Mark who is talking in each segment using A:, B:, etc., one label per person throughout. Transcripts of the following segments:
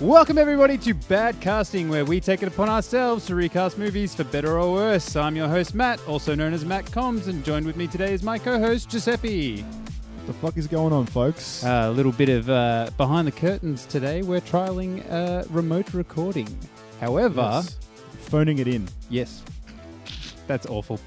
A: Welcome, everybody, to Bad Casting, where we take it upon ourselves to recast movies for better or worse. I'm your host, Matt, also known as Matt Combs, and joined with me today is my co host, Giuseppe.
B: The fuck is going on, folks?
A: A little bit of uh, behind the curtains today. We're trialing uh, remote recording. However,
B: Yes. Phoning it in.
A: yes, that's awful.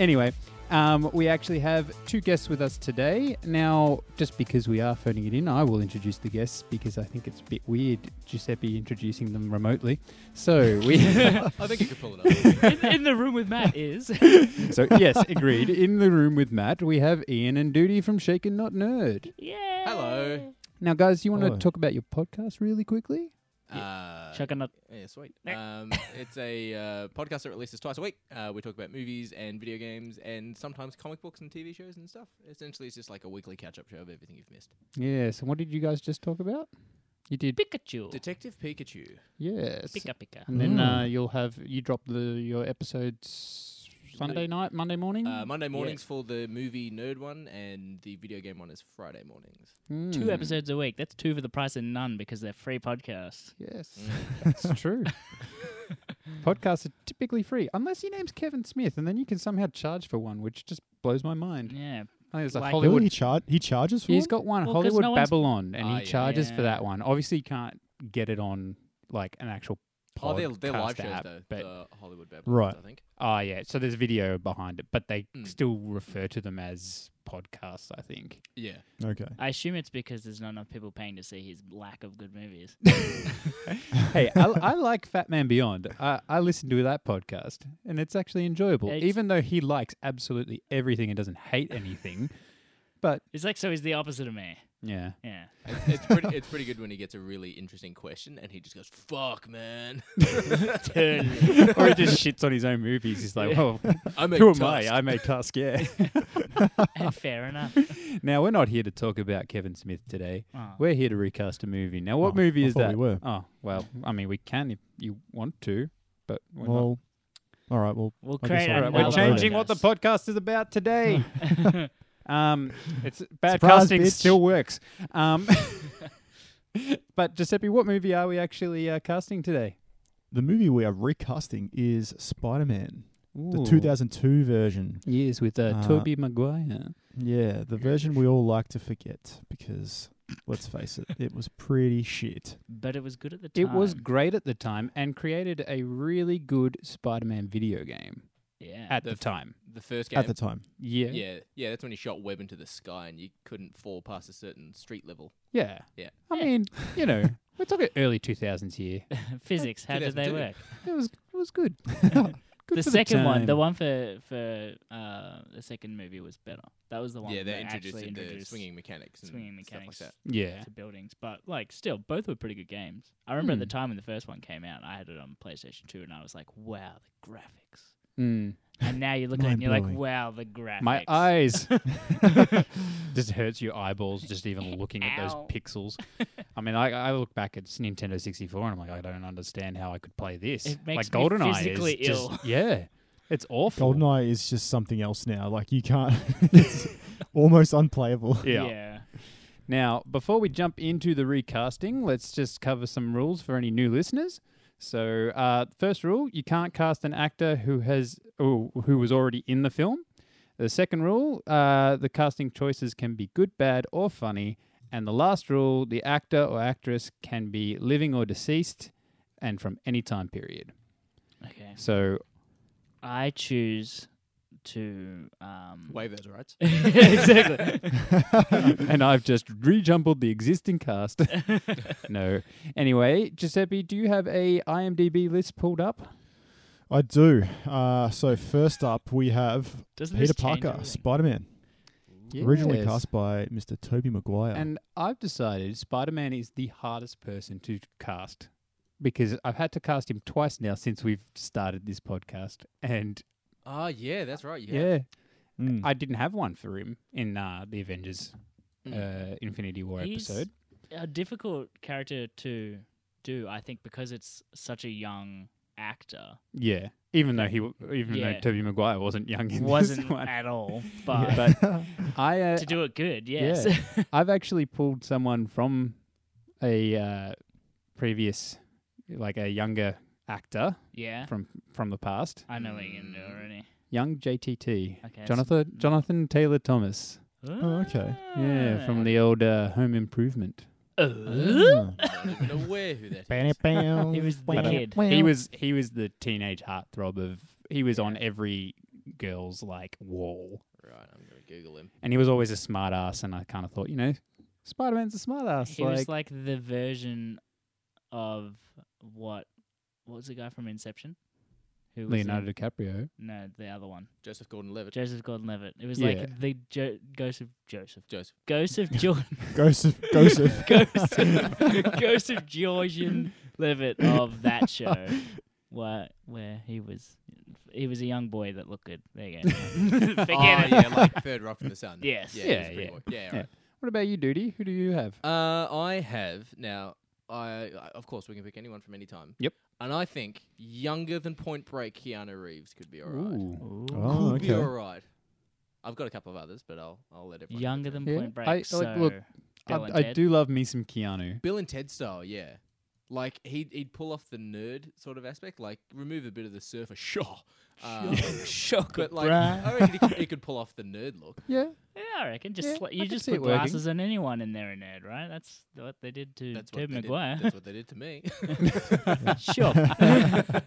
A: anyway, um, we actually have two guests with us today. Now, just because we are phoning it in, I will introduce the guests because I think it's a bit weird, Giuseppe, introducing them remotely. So we.
C: I think you could pull it off.
D: in, in the room with Matt is.
A: So yes, agreed. In the room with Matt, we have Ian and Duty from Shaken Not Nerd.
D: yeah.
C: Hello.
A: Now, guys, you want to
B: Hello.
A: talk about your podcast really quickly?
C: Uh,
D: Chuck a nut.
C: yeah, sweet.
D: Nick.
C: Um, it's a uh, podcast that releases twice a week. Uh, we talk about movies and video games and sometimes comic books and TV shows and stuff. Essentially, it's just like a weekly catch-up show of everything you've missed.
A: Yes. And what did you guys just talk about? You did.
D: Pikachu.
C: Detective Pikachu.
A: Yes.
D: Pika Pika.
A: And then
B: Mm.
A: uh, you'll have you drop the your episodes Sunday night, Monday morning.
D: Um,
C: Uh, Monday mornings for the movie nerd one, and the video game one is Friday mornings.
A: Mm.
D: Two episodes a week. That's two for the price of none because they're free podcasts.
A: Yes, that's true. Podcasts are typically free, unless your name's Kevin Smith, and then you can somehow charge for one, which just blows my mind.
D: Yeah.
A: I think it's a
D: Mm. Like-
B: Really,
A: Hollywood
B: he, char- he charges for
A: He's
B: it?
A: got one
D: Well, 'cause
A: Hollywood
D: no one's-
A: Babylon, and
C: Ah,
A: he
C: yeah.
A: charges for
D: Yeah.
A: that one. Obviously, you can't get it on like an actual.
C: Oh, they're, they're live
A: podcast
C: shows
A: app,
C: though.
A: but-
C: the Hollywood Babylon,
B: Right.
C: I think.
A: Oh yeah, so there's video behind it, but they
C: Mm.
A: still refer to them as podcasts. I think.
C: Yeah.
B: Okay.
D: I assume it's because there's not enough people paying to see his lack of good movies.
A: hey, I, I like Fat Man Beyond. I, I listen to that podcast, and it's actually enjoyable,
D: It's-
A: even though he likes absolutely everything and doesn't hate anything. but
D: It's like, so he's the opposite of me.
A: yeah,
D: Yeah.
C: It's, it's pretty. It's pretty good when he gets a really interesting question, and he just goes, "Fuck, man."
D: Totally.
A: or he just shits on his own movies. He's like,
D: Yeah.
A: well,
C: I make
A: who am
C: toast.
A: I? I make task. Yeah.
D: and fair enough.
A: Now we're not here to talk about Kevin Smith today.
D: Oh.
A: We're here to recast a movie. Now, what
B: Oh,
A: movie
B: I
A: is
B: thought
A: that?
B: we were.
A: Oh, well, I mean, we can if you want to, but we're not.
B: Well, all right. Well,
D: We'll
B: I guess
D: create
B: I'll-
A: All right, we're
D: another
A: changing what the
D: podcast.
A: podcast is about today. um, it's bad
B: Surprise,
A: casting
B: bitch.
A: still works. Um, but Giuseppe, what movie are we actually uh, casting today?
B: the movie we are recasting is Spider Man, the 2002 version.
A: years with uh,
B: Uh,
A: Tobey Maguire.
B: Yeah, the version we all like to forget because, let's face it, it was pretty shit.
D: But it was good at the time.
A: It was great at the time and created a really good Spider-Man video game
D: Yeah.
A: at
C: The
A: the,
C: f-
A: time.
C: The first game.
B: At the time.
A: Yeah.
C: Yeah, yeah, that's when he shot Webb into the sky and you couldn't fall past a certain street level.
A: Yeah.
C: Yeah.
A: I
D: Yeah.
A: mean, you know, we're talking early 2000s here.
D: Physics. How did they
C: 2002.
D: work?
A: It was it was good. Good
D: the
A: for
D: second one,
A: time.
D: the one for for uh, the second movie was better. That was the one
C: yeah,
D: that
C: they introduced,
D: actually
C: the
D: introduced
C: swinging mechanics. And
D: swinging mechanics
C: Stuff
A: Yeah.
D: to buildings. But like, still, both were pretty good games. I remember at the
A: Hmm.
D: time when the first one came out, I had it on PlayStation Two, and I was like, "Wow, the graphics!"
A: Mm.
D: And now you look at it and you're like,
B: Mind-blowing.
D: "Wow, the graphics!"
A: My eyes just hurts your eyeballs just even looking at those
D: Ow.
A: pixels. I mean, I, I look back at s- Nintendo 64 and I'm like, I don't understand how I could play this.
D: It makes
A: like
D: me
A: GoldenEye
D: physically
A: is just-
D: ill.
A: yeah, it's awful.
B: GoldenEye is just something else now. Like, you can't, it's almost unplayable.
A: Yeah.
D: yeah.
A: Now, before we jump into the recasting, let's just cover some rules for any new listeners. So, uh, first rule: you can't cast an actor who has oh, who was already in the film. The second rule: uh, the casting choices can be good, bad, or funny. And the last rule: the actor or actress can be living or deceased, and from any time period.
D: Okay,
A: So,
D: I choose to um.
C: Like that. Wave those rights.
D: exactly.
A: and I've just rejumbled the existing cast. no. Anyway, Giuseppe, do you have a IMDb list pulled up?
B: I do. Uh, so, first up, we have
D: Doesn't
B: Peter
D: this change
B: Parker,
D: everything?
B: Spider Man. Originally
A: Yes.
B: cast by Mr. Toby Maguire.
A: And I've decided Spider Man is the hardest person to cast because I've had to cast him twice now since we've started this podcast. And
C: Ah, yeah, that's right. You
A: yeah,
C: have.
B: Mm.
A: I didn't have one for him in uh, the Avengers uh, Infinity War
D: He's-
A: episode.
D: a difficult character to do, I think, because it's such a young actor.
A: Yeah. Even though he, w- even though
D: Yeah.
A: Tobey Maguire wasn't young in this
D: Wasn't
A: one,
D: at all, but
A: but I uh,
D: to do it good,
A: yeah.
D: yes.
A: I've actually pulled someone from a uh, previous, like a younger actor
D: Yeah.
A: from from the past.
D: I know what you're going to do already.
A: Young JTT.
D: Okay. so-
A: Jonathan Jonathan Taylor Thomas.
B: Oh, okay.
A: Yeah,
D: Ah.
A: from the old uh, Home Improvement.
B: Hmm.
D: Oh.
C: I don't even know where who that is.
D: He was the kid.
A: He was he was the teenage heartthrob of. He was on every girl's like wall,
C: Right, I'm gonna Google him.
A: and he was always a smart ass. And I kind of thought, you know, Spider Man's a smart ass.
D: He was like the version of what? What was the guy from Inception? Who was in-
A: Leonardo DiCaprio.
D: no, the other one,
C: Joseph Gordon-Levitt.
D: Joseph Gordon-Levitt. It was
A: Yeah.
D: like the jo- ghost of Joseph,
C: Joseph.
D: ghost of Jordan,
B: Ghost of Joseph.
D: ghost, of, ghost of Georgian Levitt of that show, where where he was, he was a young boy that looked good. There you go. Forget
C: Ah,
A: Oh,
D: it.
C: yeah, like Third Rock from the Sun.
D: Yes.
C: Yeah,
A: Yeah,
C: yeah, yeah.
A: yeah.
C: yeah
A: Yeah.
C: right.
A: What about you, Duty? Who do you have?
C: Uh, I have now. I I- of course we can pick anyone from any time.
A: Yep.
C: And I think younger than Point Break, Keanu Reeves could be alright.
A: Ooh.
B: Oh.
C: Could be
B: okay.
C: alright. I've got a couple of others, but I'll I'll let everyone.
D: Younger
C: go first.
D: than
A: Yeah,
D: Point Break.
A: I- like,
D: so
A: look,
D: Bill
A: I,
D: and
A: I
D: Ted.
A: do love me some Keanu.
C: Bill and Ted style, yeah. Like he'd he'd pull off the nerd sort of aspect, like remove a bit of the surfer, sure. Um,
D: Shock.
C: but like,
B: bruh.
C: I reckon he could, he could pull off the nerd look.
A: Yeah.
D: Yeah, I reckon. Just
A: Yeah,
D: sli-
A: I
D: you
A: can
D: just
A: see it
D: put
A: working.
D: glasses on anyone and they're a nerd, right? That's what they did to
C: That's what
D: Tobey
C: they did-
D: Maguire.
C: That's what they did to me.
D: sure.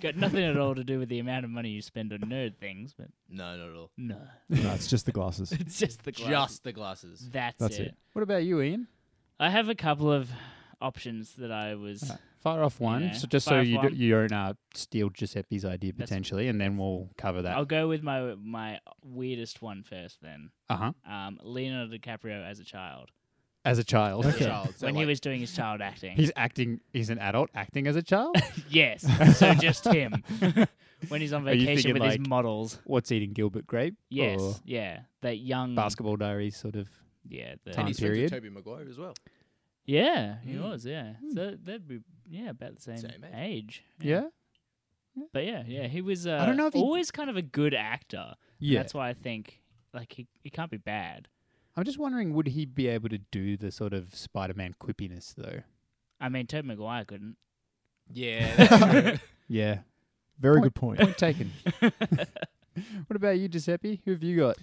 D: Got nothing at all to do with the amount of money you spend on nerd things, but
C: no, not at all.
D: no,
B: no, it's just the glasses.
D: it's just the glasses.
C: Just the glasses.
D: that's,
B: That's
D: it.
B: it.
A: What about you, Ian?
D: I have a couple of options that I was.
C: Uh-huh.
A: Fire off one,
D: Yeah.
A: so just
D: Fire
A: so
D: off
A: you do,
D: one.
A: you don't uh, steal Giuseppe's idea
D: That's-
A: potentially, and then we'll cover that.
D: I'll go with my my weirdest one first, then.
A: Uh huh.
D: Um, Leonardo DiCaprio as a child
A: As a child,
C: As a Child. So
D: when he
C: like-
D: was doing his child acting.
A: he's acting. He's an adult acting as a child.
D: yes, so just him when he's on
A: Are you
D: vacation
A: thinking
D: with
A: like-
D: his models.
A: What's eating Gilbert Grape?
D: Yes, Mm.
A: Or
D: yeah, that young
A: basketball Diaries, sort of.
D: Yeah, the,
A: Time
C: and he's friends
A: period.
C: with Toby Maguire as well.
D: yeah, he
A: Hmm.
C: Mm.
D: was. Yeah, so that'd be yeah about the same,
C: Same age.
D: age.
A: Yeah.
D: but yeah, yeah, he was. Uh,
A: don't know if he-
D: always kind of a good actor.
A: Yeah.
D: that's why I think like he he can't be bad.
A: I'm just wondering, would he be able to do the sort of Spider-Man quippiness though?
D: I mean, Tobey Maguire couldn't.
C: Yeah, that's true.
A: Yeah.
B: Very good point.
A: Point taken. what about you, Giuseppe? Who have you got?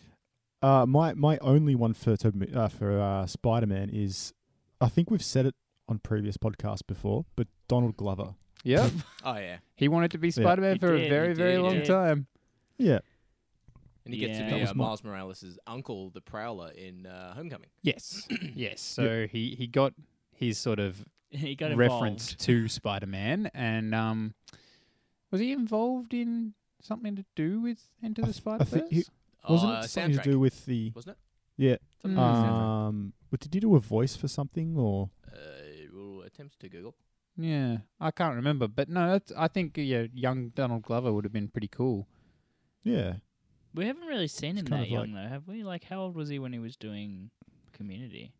B: Uh, my my only one for Tob- uh, for uh, Spider Man is, I think we've said it on previous podcasts before, but Donald Glover.
A: Yep.
C: oh yeah,
A: He wanted to be Spider Man
D: He
A: for
D: did,
A: a
D: he
A: very, very
D: did,
A: long
D: yeah.
A: time.
B: Yeah,
C: and he gets
D: Yeah.
C: to
D: That
C: be
B: was
C: uh,
B: my-
C: Miles Morales' uncle, the Prowler, in uh, Homecoming.
A: Yes. yes. So he, he got his sort of
D: he got involved.
A: reference to Spider Man and um was he involved in something to do with Enter the
B: I
A: Spider
B: think
A: Verse?
B: he- wasn't
C: uh,
B: it something
C: soundtrack,
B: to do with the
C: Wasn't it?
B: yeah?
C: Something to do with soundtrack.
B: Um, but did you do a voice for something or
C: Uh, we'll attempt to Google.
A: Yeah. I can't remember. But no, that's I think yeah, young Donald Glover would have been pretty cool.
B: yeah?
D: We haven't really seen
B: It's
D: him
B: kind
D: that
B: of
D: young though, have we? Like, how old was he when he was doing Community?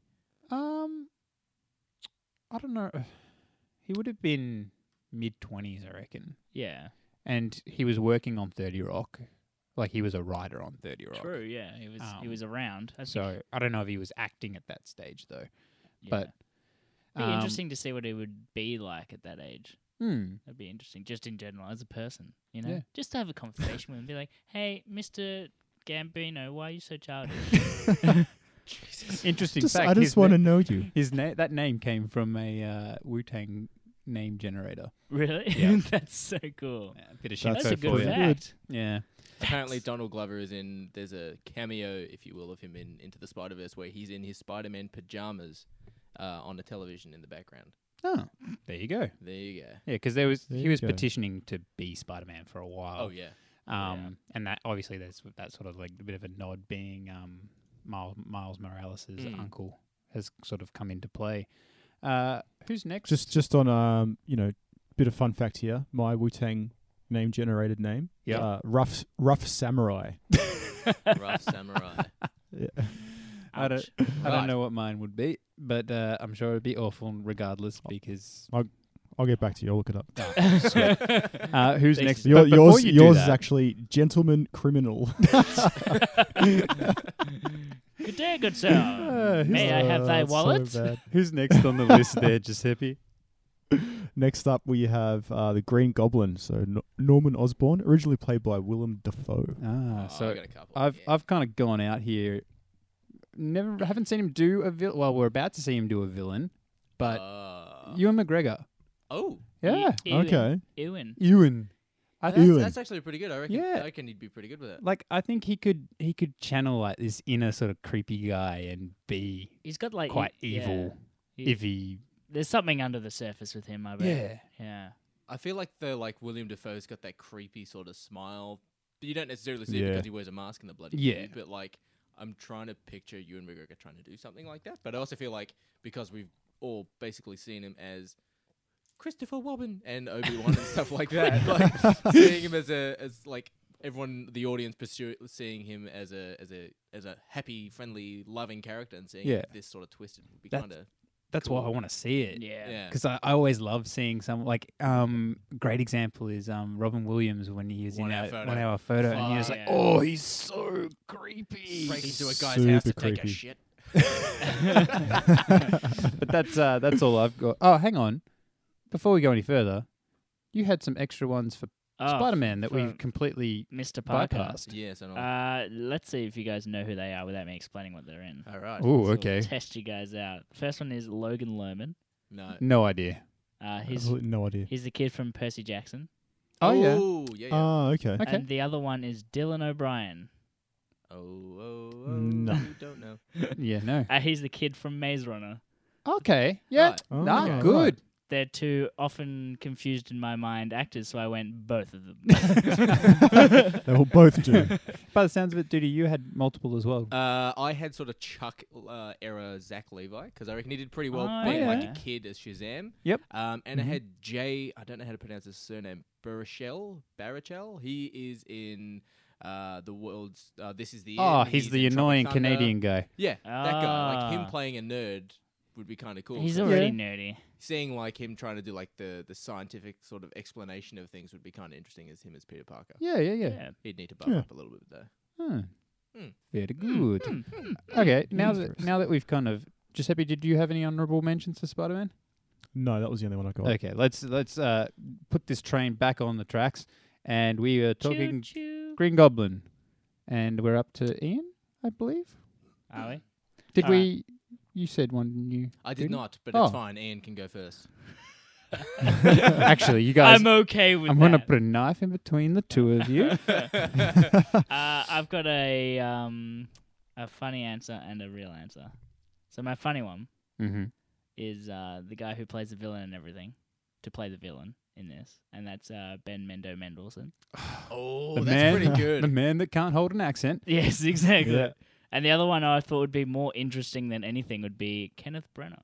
A: Um I don't know. He would have been mid twenties, I reckon.
D: Yeah,
A: And he was working on Thirty Rock. Like he was a writer on Thirty Rock.
D: true. Yeah, he was he
A: Um,
D: was around. I think-
A: So I don't know if he was acting at that stage though.
D: yeah.
A: but,
D: be
A: um,
D: interesting to see what he would be like at that age.
A: Hmm.
D: That'd be interesting, just in general, as a person, you know?
A: Yeah.
D: Just to have a conversation with him, be like, hey, Mr. Gambino, why are you so childish?
A: Interesting
B: Just,
A: fact.
B: I just
A: his
B: want to
A: na-
B: know you.
A: his na- that name came from a uh, Wu Tang name generator.
D: really? That's so cool.
A: Yeah, bit of shit
D: That's,
B: That's
A: so
D: a
A: for
D: good
A: you.
B: brilliant.
D: fact.
A: Yeah.
C: Apparently, Donald Glover is in. There's a cameo, if you will, of him in Into the Spider Verse, where he's in his Spider Man pajamas uh, on a television in the background.
A: Oh, there you go.
C: There you go.
A: Yeah, because there was
B: There
A: he
B: you
A: was
B: go.
A: petitioning to be Spider Man for a while.
C: Oh yeah,
A: Um, and that obviously there's that sort of like a bit of a nod being um Miles Miles Morales's
C: Mm.
A: uncle has sort of come into play. Uh, who's next?
B: Just just on um, you know, bit of fun fact here. My Wu Tang name generated name.
A: Yeah.
B: uh, rough rough samurai.
C: Rough
A: Uh,
C: Samurai.
B: Yeah.
A: I don't
D: Ouch.
A: I don't
C: Right.
A: know what mine would be, but uh, I'm sure it'd be awful regardless because
B: I'll get back to you. I'll look it up.
A: uh, who's
D: Thanks.
A: next?
B: Your,
A: But before
B: yours
A: you do
B: yours is
A: that-
B: actually gentleman criminal.
D: Good day, good sir.
A: Uh, who's
D: May I have thy
B: that's so
D: wallet?
B: bad.
A: Who's next on the list there, Giuseppe?
B: Next up, we have uh, the Green Goblin. So N- Norman Osborn, originally played by Willem Dafoe.
A: Ah,
C: Oh, I
A: so
C: got a couple.
A: I've
C: yeah.
A: I've kind of gone out here. Never haven't seen him do a villain. Well, we're about to see him do a villain, but
C: Uh,
A: Ewan McGregor.
C: oh,
A: Yeah,
D: E- Ewan.
B: Okay,
D: Ewan.
A: Ewan. I
C: that's,
A: think,
B: Ewan.
C: that's actually pretty good. I reckon.
A: Yeah.
C: I reckon he'd be pretty good with it.
A: like I think he could he could channel like this inner sort of creepy guy and be
D: He's got like e-,
A: quite
D: yeah.
A: evil
D: He-
A: if he
D: There's something under the surface with him, I bet.
A: yeah.
D: Yeah.
C: I feel like the like William Defoe's got that creepy sort of smile, but you don't necessarily see
B: Yeah.
C: it because he wears a mask in the bloody
A: Yeah.
C: movie, But like, I'm trying to picture you and McGregor trying to do something like that. But I also feel like because we've all basically seen him as Christopher Robin and Obi Wan and stuff like that, like seeing him as a as like everyone the audience pursue seeing him as a as a as a happy, friendly, loving character and seeing
A: Yeah.
C: this sort of twisted would be
A: That's-
C: kind of
A: That's why I
C: Cool.
A: want to see it.
D: Yeah.
C: yeah.
A: because I, I always love seeing some like um great example is um Robin Williams when he was
C: One
A: in
C: Hour
A: our
C: Photo.
A: one hour photo and he was
D: Fuck
A: like
D: yeah.
A: oh he's so creepy
C: break into a guy's
B: Super
C: house to take a
B: creepy.
C: shit.
A: but that's uh that's all I've got oh hang on before we go any further you had some extra ones for
D: Oh,
A: Spider Man that
D: for
A: we've completely
D: Mr. Parker.
A: bypassed
C: yes, I know.
D: Uh, let's see if you guys know who they are without me explaining what they're in.
C: All right.
A: oh
D: So we'll
A: okay
D: Test you guys out. First one is Logan Lerman.
C: No.
A: no idea
D: Uh, he's
B: absolutely no idea.
D: he's the kid from Percy Jackson.
A: oh yeah
C: Oh yeah. yeah.
B: Ah, okay.
A: Okay.
D: And the other one is Dylan O'Brien.
C: oh, oh, oh.
B: No.
C: You don't know.
A: yeah no
D: Uh, he's the kid from Maze Runner.
A: okay yeah
C: Right.
B: Oh,
A: nah
B: right.
A: good
D: They're two often confused in my mind actors, so I went both of them.
B: They will both do.
A: by the sounds of it Duty you had multiple as well
C: Uh, I had sort of Chuck uh, era Zach Levi because I reckon he did pretty well
D: Oh,
C: being
A: yeah.
C: like a kid as Shazam.
A: Yep. Mm-hmm.
C: Um, and
B: Mhm.
C: I had Jay. I don't know how to pronounce his surname. Baruchel. Baruchel. He is in. Uh, the world's uh, this is the
A: oh
C: End,
A: he's the
C: in Tropic
A: annoying
C: Thunder.
A: Canadian guy
C: yeah that guy like him
D: Ah.
C: playing a nerd would be kind of cool
D: he's
C: 'cause
D: already nerdy.
C: seeing like him trying to do like the the scientific sort of explanation of things would be kind of interesting as him as Peter Parker
A: yeah yeah yeah
D: Yeah.
C: He'd need to buff
B: Yeah.
C: up a little bit there.
A: Hmm.
C: Mm.
A: Very good.
D: Mm, mm.
A: Okay, now that
B: Interesting.
A: now that we've kind of Giuseppe, did you have any honourable mentions for Spider Man?
B: No, that was the only one I got.
A: Okay, let's let's uh, put this train back on the tracks, and we are talking
D: Choo-choo.
A: Green Goblin, and we're up to Ian, I believe.
D: Are we?
A: Did
D: All right.
A: we? You said one new.
C: I did
A: Didn't?
C: not, but
A: Oh.
C: it's fine. Ian can go first.
A: Actually, you guys,
D: I'm okay with
A: I'm
D: that.
A: gonna put a knife in between the two of you.
D: Uh, I've got a um, a funny answer and a real answer. So my funny one
A: mm-hmm.
D: is uh, the guy who plays the villain and everything to play the villain in this, and that's uh, Ben Mendo Mendelsohn.
C: Oh,
A: the
C: that's
A: man,
C: pretty
A: the
C: good.
A: man that can't hold an accent.
D: Yes, exactly.
B: Yeah.
D: And the other one I thought would be more interesting than anything would be Kenneth Brenner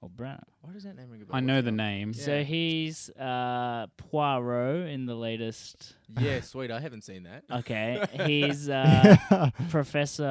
D: or Brenner.
C: Why does that name ring a bell?
A: I
C: What's
A: know
C: it
A: the
C: called?
A: name.
D: So
C: Yeah.
D: he's uh, Poirot in the latest.
C: Yeah, sweet. I haven't seen that.
A: Uh,
D: Okay, he's uh, Professor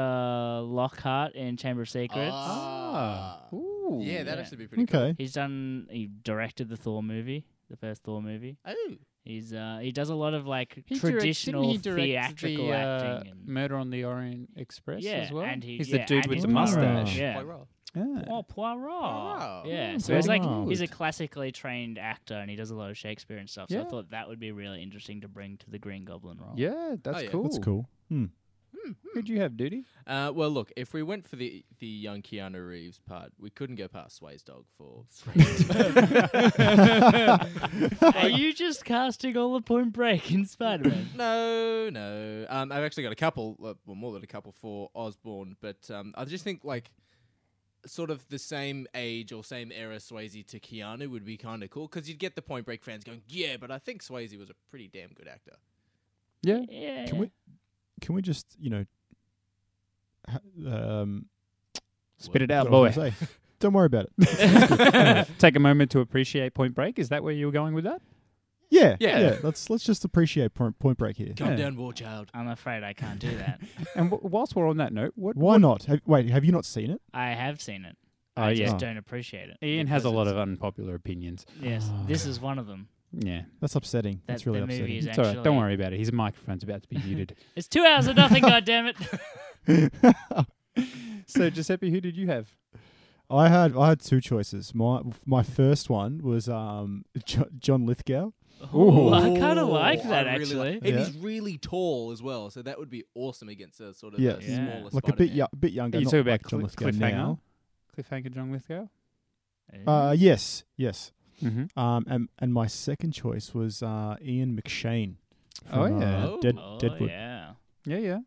D: Lockhart in Chamber of Secrets.
A: Ah.
C: Ah.
A: Ooh.
C: Yeah, that
D: Yeah.
C: actually be pretty
B: okay.
D: He's done. He directed the Thor movie, the first Thor movie.
C: cool. Oh,
D: He's uh, he does a lot of like
A: He direct-
D: traditional
A: didn't he direct
D: theatrical
A: the, uh,
D: acting. And,
A: Murder on the Orient Express
D: yeah,
A: as well.
D: and he,
A: he's
D: yeah,
A: the dude
D: and
A: with
D: he's
A: the
B: Poirot.
A: mustache.
D: Yeah.
C: quite well.
A: Yeah.
D: Oh, Poirot.
C: Poirot.
D: Yeah,
A: Mm,
D: so he's like
B: Poirot.
D: he's a classically trained actor, and he does a lot of Shakespeare and stuff. So
A: Yeah.
D: I thought that would be really interesting to bring to the Green Goblin role.
A: Yeah, that's
C: yeah.
A: cool.
B: That's cool. Hmm.
A: Who'd you have, Duty?
C: Uh, well, look, if we went for the the young Keanu Reeves part, we couldn't go past Sway's dog for.
D: Are you just casting all the Point Break in Spider-Man?
C: No, no. Um, I've actually got a couple, uh, well, more than a couple for Osborne, but um, I just think like sort of the same age or same era Swayze to Keanu would be kind of cool because you'd get the Point Break fans going, yeah, but I think Swayze was a pretty damn good actor.
A: Yeah.
D: yeah.
B: Can we- Can we just, you know, ha- um,
A: Spit it
B: forgot
A: out,
B: what I was
A: boy.
B: gonna say. Don't worry about it.
A: Take a moment to appreciate Point Break. Is that where you were going with that?
B: Yeah, yeah.
C: Yeah.
B: let's let's just appreciate Point, point Break here.
C: Calm
A: Yeah.
C: down, War Child.
D: I'm afraid I can't do that.
A: And w- whilst we're on that note, what?
B: Why not? Have, wait, have you not seen it?
D: I have seen it.
A: Oh,
D: I
A: yeah.
D: just don't appreciate it.
A: Ian has a lot of unpopular opinions.
D: Yes, this is one of them.
A: Yeah,
B: That's upsetting.
D: That
B: That's really
D: the
B: upsetting.
D: movie is
A: it's all
D: actually.
A: right. Don't worry about it. His microphone's about to be muted.
D: It's two hours of nothing. God damn it!
A: So Giuseppe, who did you have?
B: I had I had two choices. My my first one was um jo- John Lithgow.
D: Ooh, I kind of
C: Oh,
D: like
C: I
D: that
C: really
D: actually.
C: like- and
B: Yeah.
C: he's really tall as well, so that would be awesome against a sort of
B: Yes.
C: a
D: Yeah.
C: smaller
B: Like a bit
C: Spider-Man.
B: yo- bit younger.
A: you
B: not
A: talk about
B: like John
A: Cl-
B: Lithgow
A: Cliffhanger?
B: now.
A: Cliffhanger John Lithgow.
B: Uh, yes, yes.
A: Mm-hmm.
B: Um, and and my second choice was uh Ian McShane.
A: Oh,
B: from,
A: yeah.
B: uh,
C: Oh.
B: Dead,
D: oh,
B: Deadwood.
D: yeah.
A: Yeah, yeah.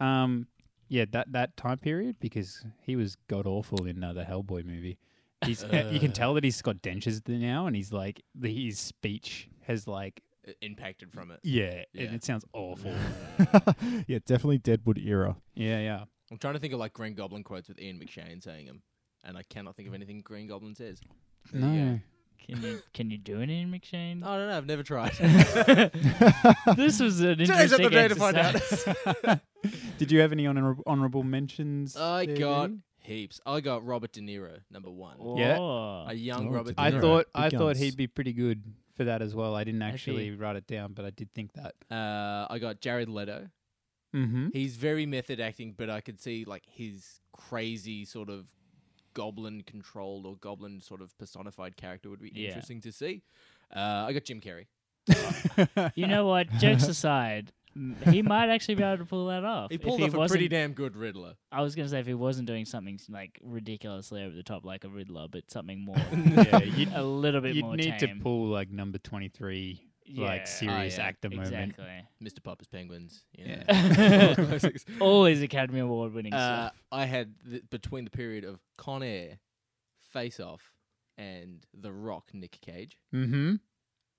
A: Um, yeah, that that time period because he was god awful in uh, the Hellboy movie. He's uh, you can tell that he's got dentures th- now, and he's like the, his speech has like
C: I- uh, impacted from it.
A: yeah,
C: Yeah.
A: And it sounds awful.
B: yeah, definitely Deadwood era.
A: yeah, yeah.
C: I'm trying to think of like Green Goblin quotes with Ian McShane saying them, and I cannot think of anything Green Goblin says. There you
A: No,
D: Can you can you do it in McShane?
C: go. I don't know. I've never tried.
D: this was an interesting
C: Today's not the day to
D: exercise.
C: find out.
A: did you have any honor- honorable mentions?
C: I
A: there,
C: got
A: Vinny?
C: heaps. I got Robert De Niro number one.
A: Yeah.
D: Oh.
C: A young
B: Oh,
C: Robert.
B: De
A: I
B: Niro.
A: thought
B: Big
A: I thought
B: guns.
A: he'd be pretty good for that as well. I didn't
D: Has he?
A: actually write it down, but I did think that.
C: Uh, I got Jared Leto.
A: Mm-hmm.
C: He's very method acting, but I could see like his crazy sort of goblin controlled or goblin sort of personified character would be
D: Yeah.
C: interesting to see. Uh, I got Jim Carrey.
D: You know what? Jokes aside, m- he might actually be able to pull that off.
C: He
D: If
C: pulled
D: he
C: off a pretty
D: wasn't-
C: damn good Riddler.
D: I was gonna say if he wasn't doing something s- like ridiculously over the top, like a Riddler, but something more,
A: yeah, you'd,
D: a little bit
A: you'd
D: more
A: need
D: tame.
A: to pull like number twenty three,
D: Yeah,
A: like serious
C: yeah,
A: actor moment.
D: exactly.
C: Mr. Popper's Penguins.
A: Yeah.
C: Yeah. Classics.
D: All his Academy Award winning
C: uh,
D: stuff.
C: I had th- between the period of Con Air, Face Off, and The Rock, Nick Cage,
A: Mm-hmm.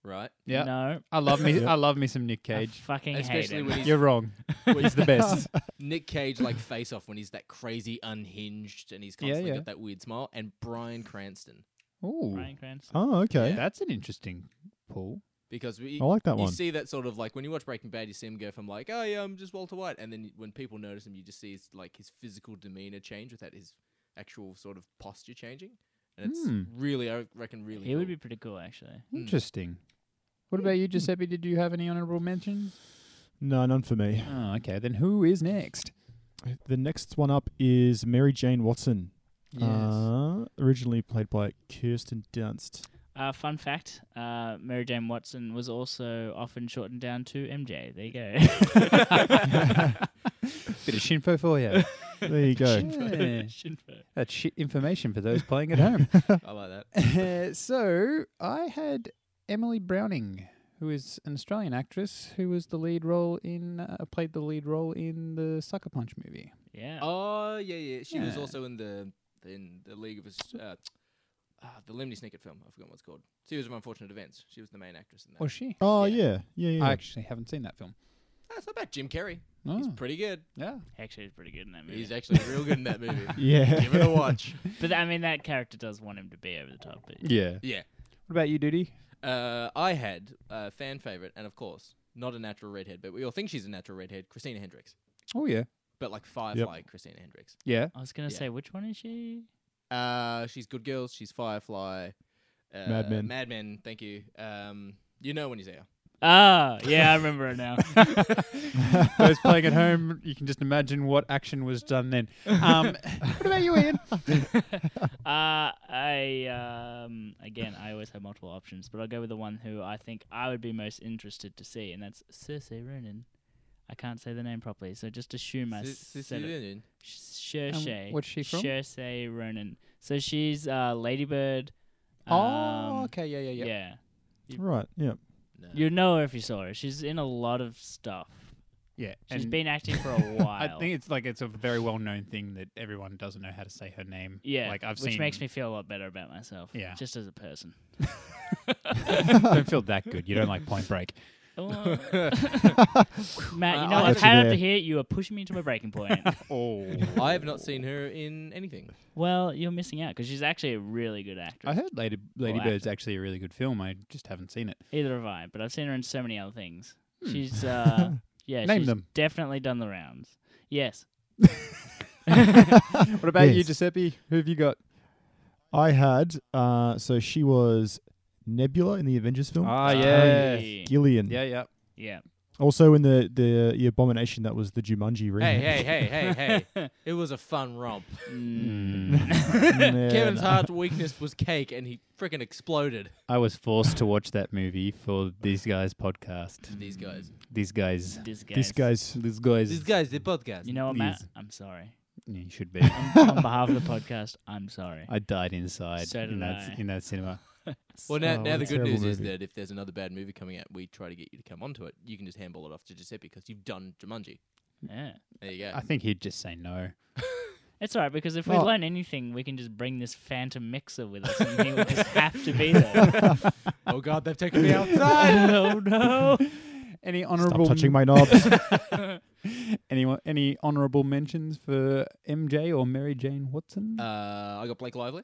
C: right?
A: Yeah,
D: No,
A: I love me.
B: Yeah.
A: I love me some Nick
D: I
A: Cage.
D: fucking hate
C: Especially
D: him.
C: when he's
A: You're wrong. He's the best.
C: Nick Cage like face off when he's that crazy unhinged and he's
A: Yeah,
C: constantly
A: yeah.
C: got that weird smile and Brian Cranston
A: Ooh,
D: Bryan Cranston.
B: Oh, okay.
A: that's an interesting pull.
C: because we
B: I like that
C: you
B: one.
C: see that sort of like when you watch Breaking Bad you see him go from like oh yeah I'm just Walter White and then when people notice him you just see his like his physical demeanor change without his actual sort of posture changing and it's
A: Hmm.
C: really I reckon really
D: He would
C: cool.
D: be pretty cool actually.
C: Mm.
A: Interesting. What about you,
D: Hmm.
A: Giuseppe? Did you have any honourable mentions?
B: No, none for me.
A: Oh, okay. Then who is next?
B: The next one up is Mary Jane Watson. Uh, originally played by Kirsten Dunst.
D: Uh, fun fact: uh, Mary Jane Watson was also often shortened down to MJ. There you go.
A: Bit of shinfo for you.
B: There you go.
A: Yeah.
D: Shinfo.
A: That's shit information for those playing at home.
C: I like that
A: Uh, so I had Emily Browning, who is an Australian actress who was the lead role in uh, played the lead role in the Sucker Punch movie.
D: Yeah.
C: oh yeah yeah she was
A: Yeah.
C: also in the in the League of Us- uh, uh, the Limney Snicket film I forgot what it's called Series of Unfortunate Events she was the main actress in that
A: Was she?
B: Oh
C: Yeah.
B: yeah, yeah, yeah.
A: I actually haven't seen that film.
C: That's Ah, not bad. Jim Carrey. He's
A: Oh,
C: pretty good.
A: yeah.
D: Actually, he's pretty good in that movie.
C: He's actually real good in that movie.
B: yeah.
C: Give it a watch.
D: But I mean, that character does want him to be over the top. But
A: Yeah.
C: Yeah.
A: What about you, Duty?
C: Uh, I had a fan favorite, and of course, not a natural redhead, but we all think she's a natural redhead, Christina Hendricks.
A: Oh yeah.
C: But like Firefly Christina Hendricks.
A: Yeah.
D: I was gonna
C: Yeah.
D: say, which one is she?
C: Uh, she's Good Girls. She's Firefly. Uh,
B: Mad Men.
C: Mad Men. Thank you. Um, you know when you see her.
D: Ah, yeah, I remember her now.
A: Those playing at home, you can just imagine what action was done then. Um, what about you, Ian?
D: Uh, I um, again, I always have multiple options, but I'll go with the one who I think I would be most interested to see, and that's Cersei Ronan. I can't say the name properly, so just assume I
C: Sis- Sis-
D: said it.
C: Union.
D: Cersei.
A: Um, what's she from?
D: Cersei Ronan. So she's uh, Ladybird.
A: oh,
D: um,
A: okay, yeah, yeah, yeah.
D: Yeah.
B: Right. Yeah.
C: No.
D: You'd know her if you saw her. She's in a lot of stuff.
A: yeah.
D: She's
A: and
D: been acting for a while.
A: I think it's like it's a very well-known thing that everyone doesn't know how to say her name.
D: yeah,
A: like I've
D: which
A: seen.
D: makes me feel a lot better about myself.
A: Yeah.
D: just as a person.
A: don't feel that good. You don't like Point Break.
D: Oh. Matt, you know
C: I- I
B: got
D: I've
B: you
D: had up
B: there.
D: to here. You are pushing me to my breaking point.
A: Oh,
C: I have not seen her in anything.
D: well, you're missing out because she's actually a really good actress.
A: I heard Lady Lady
D: Or
A: Bird's
D: actor.
A: actually a really good film. I just haven't seen it.
D: Either have I, but I've seen her in so many other things. She's uh, yeah,
A: Hmm. Name
D: she's
A: them.
D: definitely done the rounds. Yes,
A: What about you,
B: Yes.
A: Giuseppe? Who have you got?
B: I had. Uh, so she was Nebula in the Avengers film. Oh,
A: Ah,
D: yeah.
A: yeah,
B: Gillian.
A: yeah, yeah.
D: yeah.
B: Also in the, the the abomination that was the Jumanji remake.
C: Hey, hey, hey, hey, hey. It was a fun romp.
D: Mm.
B: Yeah,
C: Kevin's
B: no.
C: hard weakness was cake, and he freaking exploded.
A: I was forced to watch that movie for these guys' podcast.
C: These guys.
A: These guys.
D: This guy.
B: This guy's
A: These guys.
C: These guys, the podcast.
D: You know what, Matt?
A: These-
D: I'm sorry.
A: Yeah, you should be.
D: On, on behalf of the podcast, I'm sorry.
A: I died inside
D: So
A: in
D: did
A: that
D: I.
A: in that cinema.
C: Well,
B: Oh,
C: now, now
B: what
C: the
B: a
C: good news
B: terrible
C: is
B: movie.
C: that if there's another bad movie coming out, we try to get you to come onto it. You can just handball it off to Giuseppe because you've done Jumanji.
D: Yeah.
C: There you go.
D: Uh,
A: I think he'd just say no.
D: It's all right because if
B: Well-
D: we learn anything, we can just bring this phantom mixer with us and he will just have to be there.
C: oh God, they've taken me outside.
D: oh, no.
A: Any
B: stop
A: honourable
B: touching my knobs.
A: anyone any honourable mentions for MJ or Mary Jane Watson?
C: Uh, I got Blake Lively.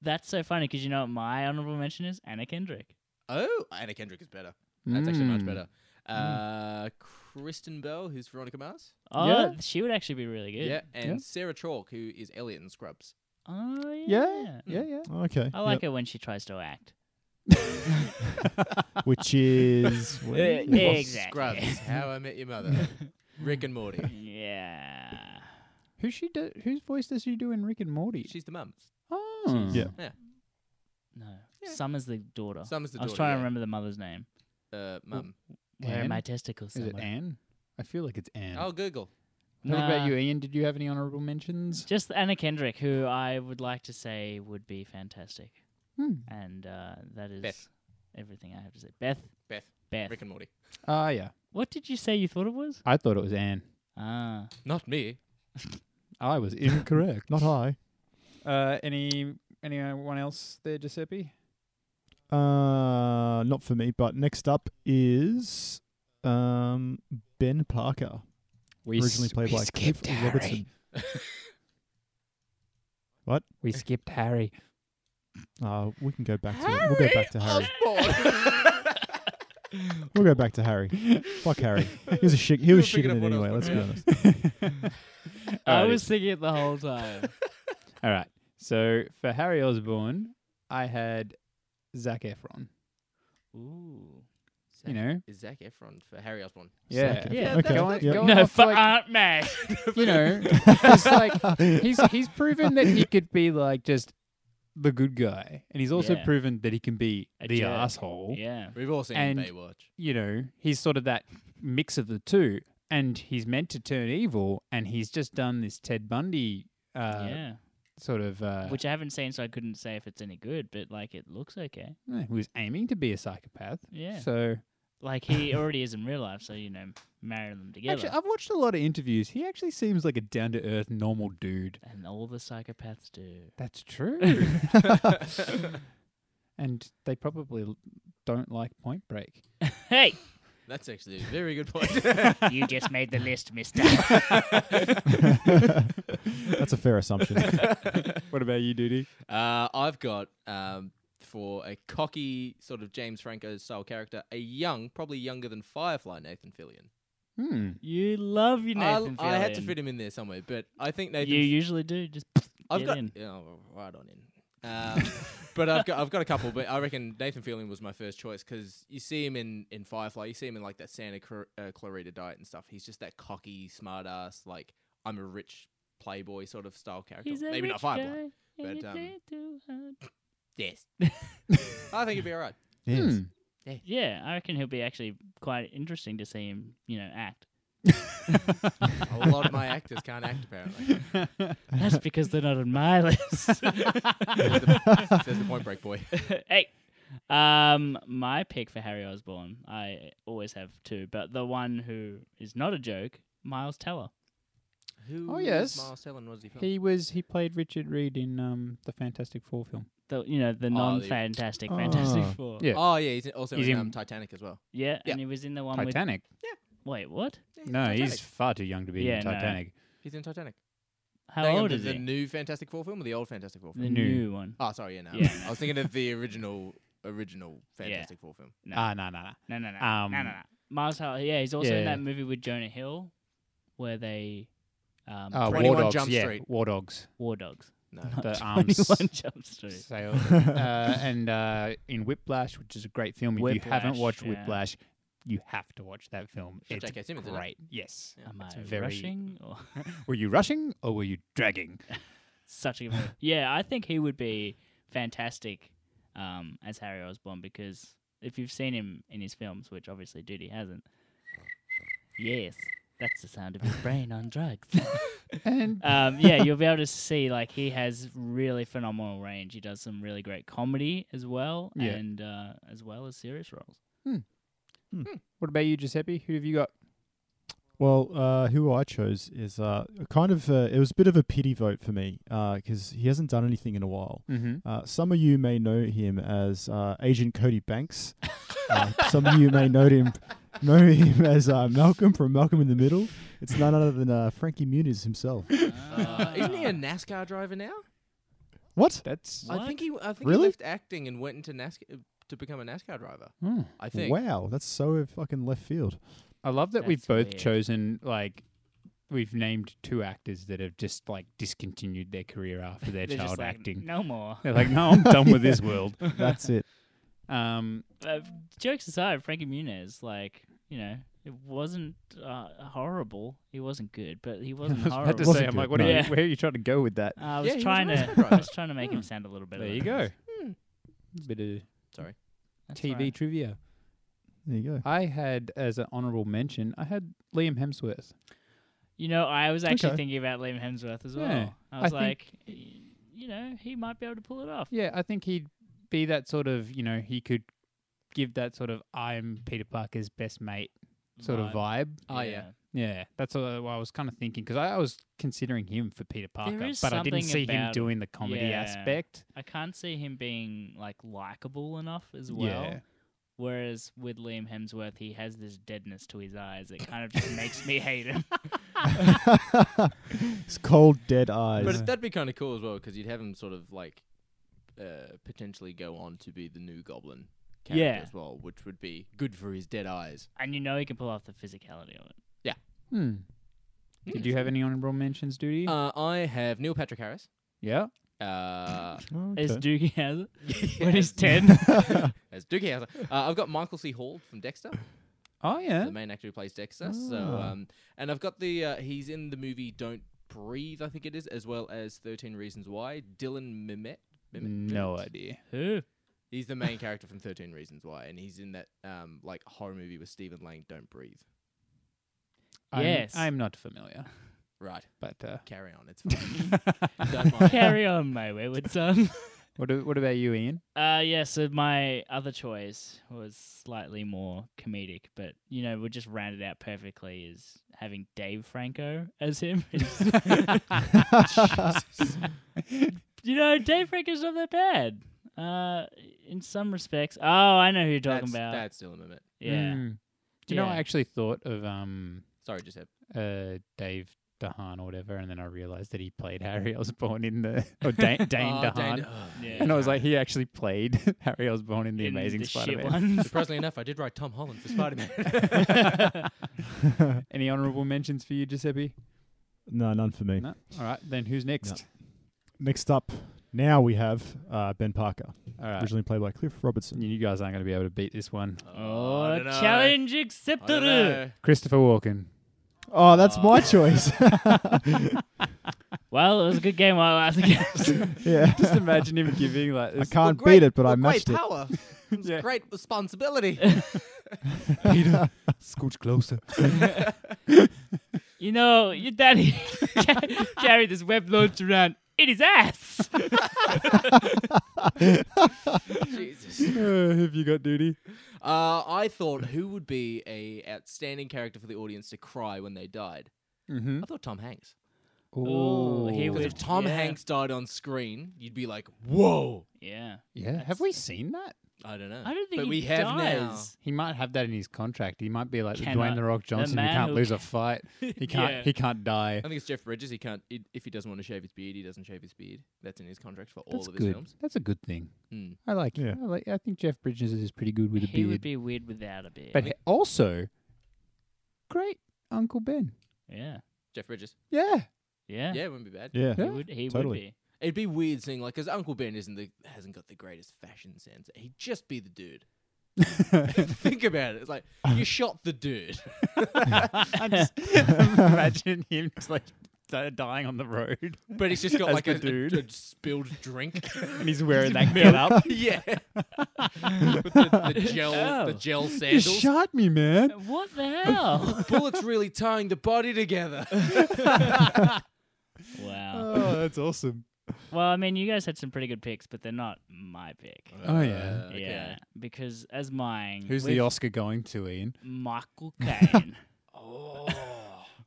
D: That's so funny because you know what my honorable mention is? Anna Kendrick.
C: Oh, Anna Kendrick is better. That's actually much
A: Mm.
C: better. Uh, Kristen Bell, who's Veronica Mars.
D: Oh,
A: Yeah.
D: she would actually be really good.
C: Yeah, and
A: Yeah.
C: Sarah Chalk, who is Elliot in Scrubs.
D: Oh, yeah.
A: Yeah, Mm. yeah, yeah.
B: okay.
D: I like her when she tries to act.
B: it. Which is what
D: Yeah,
B: is it?
D: Exactly.
C: Scrubs, How I Met Your Mother, Rick and Morty.
D: Yeah.
A: Who she do, whose voice does she do in Rick and Morty?
C: She's the mum.
A: oh.
B: Yeah.
D: No.
C: Yeah.
D: Summer's the daughter.
C: Summer's the
D: I was
C: daughter,
D: trying
C: yeah.
D: to remember the mother's name.
C: Uh, mum.
D: Where are
A: Anne?
D: my testicles?
A: Is it
D: somewhere?
A: Anne? I feel like it's Anne.
C: I'll Google.
A: What
D: Nah.
A: about you, Ian? Did you have any honourable mentions?
D: Just Anna Kendrick, who I would like to say would be fantastic.
A: Hmm.
D: And uh, that is
C: Beth.
D: everything I have to say. Beth.
C: Beth.
D: Beth.
C: Rick and Morty.
A: Ah, yeah.
D: What did you say you thought it was?
A: I thought it was Anne.
D: Ah.
C: Not me.
A: I was incorrect.
B: Not I.
A: uh, any anyone else there, Giuseppe?
B: Uh, not for me. But next up is um Ben Parker,
A: We
B: originally played by Cliff Robertson.
A: We skipped Harry.
B: Uh, we can go back to we'll go back to Harry. We'll go back to Harry. Fuck Harry. He was a shit. He
C: You
B: was
C: were
B: shitting
C: picking
B: it
C: up what I was
B: anyway. Let's be
C: putting
B: honest.
D: I
C: Oh.
A: Alrighty.
D: was thinking it the whole time.
A: All right. So for Harry Osborne, I had Zach Efron.
D: Ooh.
A: You know,
C: Is Zach Efron for Harry Osborn?
A: yeah,
B: Zac
D: Yeah,
B: Efron. Okay.
A: Go on,
B: yeah.
A: go
D: No,
A: off,
D: for
A: like-
D: Aunt May.
A: you know, it's like he's he's proven that he could be like just the good guy, and he's also
D: Yeah.
A: proven that he can be
D: A
A: the
D: jerk.
A: asshole.
D: yeah.
C: We've all seen
A: And-
C: Baywatch.
A: You know, he's sort of that mix of the two, and he's meant to turn evil, and he's just done this Ted Bundy uh,
D: yeah.
A: sort of. Uh,
D: Which I haven't seen, so I couldn't say if it's any good, but like it looks okay.
A: eh, he was aiming to be a psychopath.
D: Yeah.
A: So
D: Like he already is in real life, so you know, marry them together.
A: actually, I've watched a lot of interviews. He actually seems like a down to earth, normal dude.
D: and all the psychopaths do.
A: That's true. and they probably l- don't like Point Break.
D: Hey,
C: That's actually a very good point.
D: you just made the list, mister.
B: That's a fair assumption.
A: Hmm. What about you, Duty?
C: uh, I've got um, for a cocky sort of James Franco style character, a young, probably younger than Firefly Nathan Fillion.
A: Hmm.
D: You love your
C: I-
D: Nathan
C: I had to
D: Fillion.
C: fit him in there somewhere, but I think Nathan.
D: You usually do. Just
C: I've
D: get
C: got
D: in.
C: Yeah, oh, right on in. Um, but I've got I've got a couple, but I reckon Nathan Fillion was my first choice because you see him in in Firefly, you see him in like that Santa Cr- uh, Clarita Diet and stuff. He's just that cocky, smart ass, like I'm a rich playboy sort of style character.
D: He's a
C: Maybe not
D: rich
C: Firefly.
D: guy, and
C: but,
D: he
C: um,
D: played too hard.
C: Yes, I think he'd be all right.
B: Yes.
A: Hmm.
D: Yeah, I reckon he'll be actually quite interesting to see him, you know, act.
C: A lot of my actors can't act apparently.
D: That's because they're not on my list.
C: Says the Point Break boy.
D: hey, um, my pick for Harry Osborne, I always have two, but the one who is not a joke, Miles Teller.
C: Who
A: Oh,
C: is
A: yes.
C: Miles Teller and what is he from?
A: He was he played Richard Reed in um the Fantastic Four film.
D: The you know the non-fantastic Fantastic
B: Oh.
D: Four.
A: Yeah.
C: Oh yeah, he's also
A: He's
C: in,
A: in-
C: um, Titanic as well.
D: Yeah,
C: Yeah.
D: and he was in the one
A: Titanic.
D: with. Wait, what?
A: No,
C: Titanic.
A: he's far too young to be
D: Yeah,
A: in
D: no.
A: Titanic.
C: he's in Titanic.
D: How
C: Hang on,
D: old
C: the,
D: is
C: the
D: he?
C: new Fantastic Four film or the old Fantastic Four film?
D: the
A: new-
D: new one.
C: Oh, sorry, yeah, no.
D: Yeah.
C: I was thinking of the original original Fantastic Four film.
D: No.
A: Ah, no, no, no.
D: No, no, no,
A: Um,
D: no, no, no. Miles Teller. Yeah, he's also in
A: yeah.
D: that movie with Jonah Hill, where they um,
A: Uh, War
C: 21
A: Dogs.
C: Jump
A: yeah,
C: Street.
A: War Dogs.
D: war dogs.
C: No.
A: The um,
D: Twenty-one
A: arms.
D: Jump Street.
A: So, uh, and uh, in Whiplash, which is a great film. If you haven't
D: Whiplash,
A: watched
D: yeah.
A: Whiplash, you have to watch that film.
C: Shot
A: It's
C: J.K. Simmons in it.
A: great. Yes.
D: Am
A: It's
D: I
A: very-
D: rushing? Or
A: Were you rushing or were you dragging?
D: Such a good movie. yeah, I think he would be fantastic um, as Harry Osborn because if you've seen him in his films, which obviously Duty hasn't. Yes, that's the sound of his brain on drugs.
A: And
D: um, yeah, you'll be able to see like he has really phenomenal range. He does some really great comedy as well,
A: Yeah.
D: and uh, as well as serious roles.
A: what about you, Giuseppe? Who have you got?
B: Well, uh, who I chose is uh, kind of uh it was a bit of a pity vote for me because he hasn't done anything in a while.
A: Mm-hmm.
B: Uh, some of you may know him as uh, Agent Cody Banks. uh, some of you may know him know him as uh, Malcolm from Malcolm in the Middle. It's none other than uh, Frankie Muniz himself.
C: Uh, isn't
D: Ah.
C: he a NASCAR driver now?
B: What?
A: That's
C: I think he. I think
B: Really?
C: he left acting and went into NASCAR to become a NASCAR driver.
A: Hmm.
C: I think.
B: Wow, that's so fucking left field.
A: I love that we've
D: That's
A: both
D: weird.
A: chosen like we've named two actors that have just like discontinued their career after their
D: They're just
A: child
D: like,
A: acting.
D: No more.
A: They're like, no, I'm done with this world.
B: That's it.
A: Um,
D: Uh, jokes aside, Frankie Muniz, like you know, it wasn't uh, horrible. He wasn't good, but he wasn't
A: I was about
D: horrible.
A: to
B: Wasn't
A: say, I'm
B: good,
A: like, what
D: no.
A: are you,
D: Yeah.
A: where are you trying to go with that?
D: Uh, I
C: Yeah,
D: was
C: he was
D: trying
C: a
D: to,
C: NASCAR
D: I
C: driver.
D: was trying to make him sound a little better.
A: Hmm. There you
D: than
A: go. Hmm.
D: this.
A: Bit of
C: Sorry.
D: That's
A: TV
D: alright.
A: trivia.
B: There you go.
A: I had as an honourable mention, I had Liam Hemsworth.
D: You know, I was actually
B: Okay.
D: thinking about Liam Hemsworth as well.
A: Yeah,
D: I was
A: I
D: like,
A: think-
D: y- you know, he might be able to pull it off.
A: Yeah, I think he'd be that sort of, you know, he could give that sort of I'm Peter Parker's best mate sort of vibe.
C: Oh yeah.
A: Yeah, that's what I what I was kind of thinking because I, I was considering him for Peter Parker,
D: is
A: but I didn't see
D: something
A: him
D: about-
A: doing the comedy
D: yeah.
A: aspect.
D: I can't see him being like likable enough as well.
A: Yeah.
D: Whereas with Liam Hemsworth, he has this deadness to his eyes that kind of just makes me hate him.
B: It's cold, dead eyes.
C: But that'd be kind of cool as well because you'd have him sort of like uh, potentially go on to be the new Goblin character
D: Yeah.
C: as well, which would be good for his dead eyes.
D: And you know he can pull off the physicality of it.
A: Hmm. Did
C: Hmm.
A: you have any honorable mentions, Duty?
C: Uh, I have Neil Patrick Harris.
A: yeah.
C: Uh,
B: Okay.
D: As Doogie has it when he's
C: as,
D: ten.
C: as Dookie Howser. Uh, I've got Michael C. Hall from Dexter,
A: Oh yeah.
C: the main actor who plays Dexter. So,
B: Ah.
C: um, and I've got the uh, he's in the movie Don't Breathe, I think it is, as well as Thirteen Reasons Why. Dylan Mimet. Mimet-
A: No
C: Mimet?
A: idea.
D: Who?
C: He's the main character from Thirteen Reasons Why, and he's in that um, like horror movie with Stephen Lang, Don't Breathe.
A: I'm-
D: Yes.
A: I'm, not familiar,
C: Right,
A: but uh,
C: carry on. It's fine. Don't mind.
D: Carry on, my wayward son.
A: what a- what about you, Ian?
D: Uh, yeah, so my other choice was slightly more comedic, but you know, we just round it out perfectly is having Dave Franco as him. Is- you know, Dave Franco's not that bad. Uh, in some respects. Oh, I know who you're talking
C: that's,
D: about.
C: that's Dylan Mimet.
D: yeah.
A: Hmm. Do you know I
D: Yeah.
A: actually thought of um
C: Sorry, just have
A: uh Dave DeHaan or whatever, and then I realized that he played Harry Osborn in the or Dane, Dane
C: Oh,
A: DeHaan.
C: oh,
D: Yeah.
A: And I was like, he actually played Harry Osborn in The
D: In
A: Amazing
D: the shit
A: Spider-Man.
D: ones.
C: Surprisingly enough, I did write Tom Holland for Spider Man.
A: Any honourable mentions for you, Giuseppe?
B: no, none for me.
A: No. All right, then who's next?
B: Next up, now we have uh, Ben Parker,
A: All right,
B: originally played by Cliff Robertson.
A: you guys aren't going to be able to beat this one.
D: Oh, challenge accepted.
A: Christopher Walken.
B: Oh, that's my choice.
D: Well, it was a good game while I was again.
B: yeah,
A: Just imagine him giving like
B: I
A: this.
B: can't
C: great,
B: beat it, but I
C: great
B: matched it.
C: power, comes
A: Yeah.
C: great responsibility.
A: Peter, scooch closer.
D: You know, your daddy ca- carried this web launch around in his ass.
C: Jesus.
A: have you got duty?
C: Uh, I thought who would be a outstanding character for the audience to cry when they died?
A: Mm-hmm.
C: I thought Tom Hanks.
D: Ooh, he
C: Because
D: would-
C: if Tom
D: yeah.
C: Hanks died on screen, you'd be like, "Whoa!"
D: Yeah.
A: Yeah, have
D: That's-
A: we seen that?
C: I don't know.
D: I don't think
C: but
D: he
C: we have
D: dies.
A: He might have that in his contract. He might be like the Dwayne
D: Cannot-
A: the Rock Johnson. He
D: man
A: can't
D: who
A: lose a fight. He can't.
D: Yeah.
A: He can't die.
C: now. I think it's Jeff Bridges. He can't i- if he doesn't want to shave his beard, he doesn't shave his beard. That's in his contract for all
A: That's
C: of his
A: good.
C: films.
A: That's a good thing.
C: Mm.
A: I like.
B: Yeah.
A: it. I like. I think Jeff Bridges is pretty good with a
D: he
A: beard.
D: would be weird without a beard.
A: But he- also, great Uncle Ben.
D: yeah.
C: Jeff Bridges.
A: Yeah.
D: Yeah.
C: Yeah, it wouldn't be bad.
B: Yeah.
D: He
A: Yeah,
D: would he
B: totally.
D: would be.
C: It'd be weird seeing like because Uncle Ben isn't the hasn't got the greatest fashion sense. He'd just be the dude. Think about it. It's like you shot the dude.
A: I just imagine him just like st- dying on the road,
C: But he's just got
A: As
C: like
A: the
C: a, a-
A: dude.
C: a spilled drink.
A: and he's wearing that get up.
C: yeah. With the, the gel,
D: Oh.
C: the gel
A: You
C: sandals.
A: shot me, man.
D: What the hell?
C: Bullets really tying the body together.
D: Oh, wow.
A: Oh, that's awesome.
D: Well, I mean, you guys had some pretty good picks, but they're not my pick.
A: Oh, yeah.
C: Uh, okay.
D: Yeah, because as mine,
A: Who's the
D: we've-
A: Oscar going to, Ian?
D: Michael Caine,
C: Oh.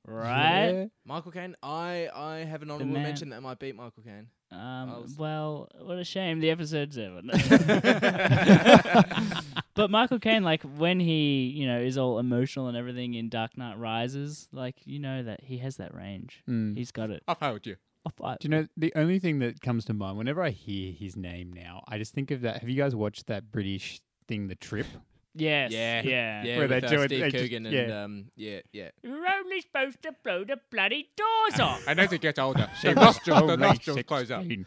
D: right?
A: Yeah.
C: Michael Caine. I I have an honorable
D: man.
C: mention that might beat Michael Caine. I
D: Um,
C: was-
D: well, what a shame the episode's over. but Michael Caine, like when he, you know, is all emotional and everything in Dark Knight Rises, like you know that he has that range.
A: Mm.
D: He's got it.
C: I've hired you.
A: Do you know the only thing that comes to mind whenever I hear his name now? I just think of that. Have you guys watched that British thing, The Trip?
D: Yes.
C: Yeah.
D: Yeah.
C: Yeah,
A: Where
C: with,
A: they
C: uh,
A: do it-
C: Steve
A: they just-
C: Coogan and
A: yeah.
C: um, yeah, yeah.
D: You're only supposed to blow the bloody doors off.
C: And as he gets older,
A: Only 16.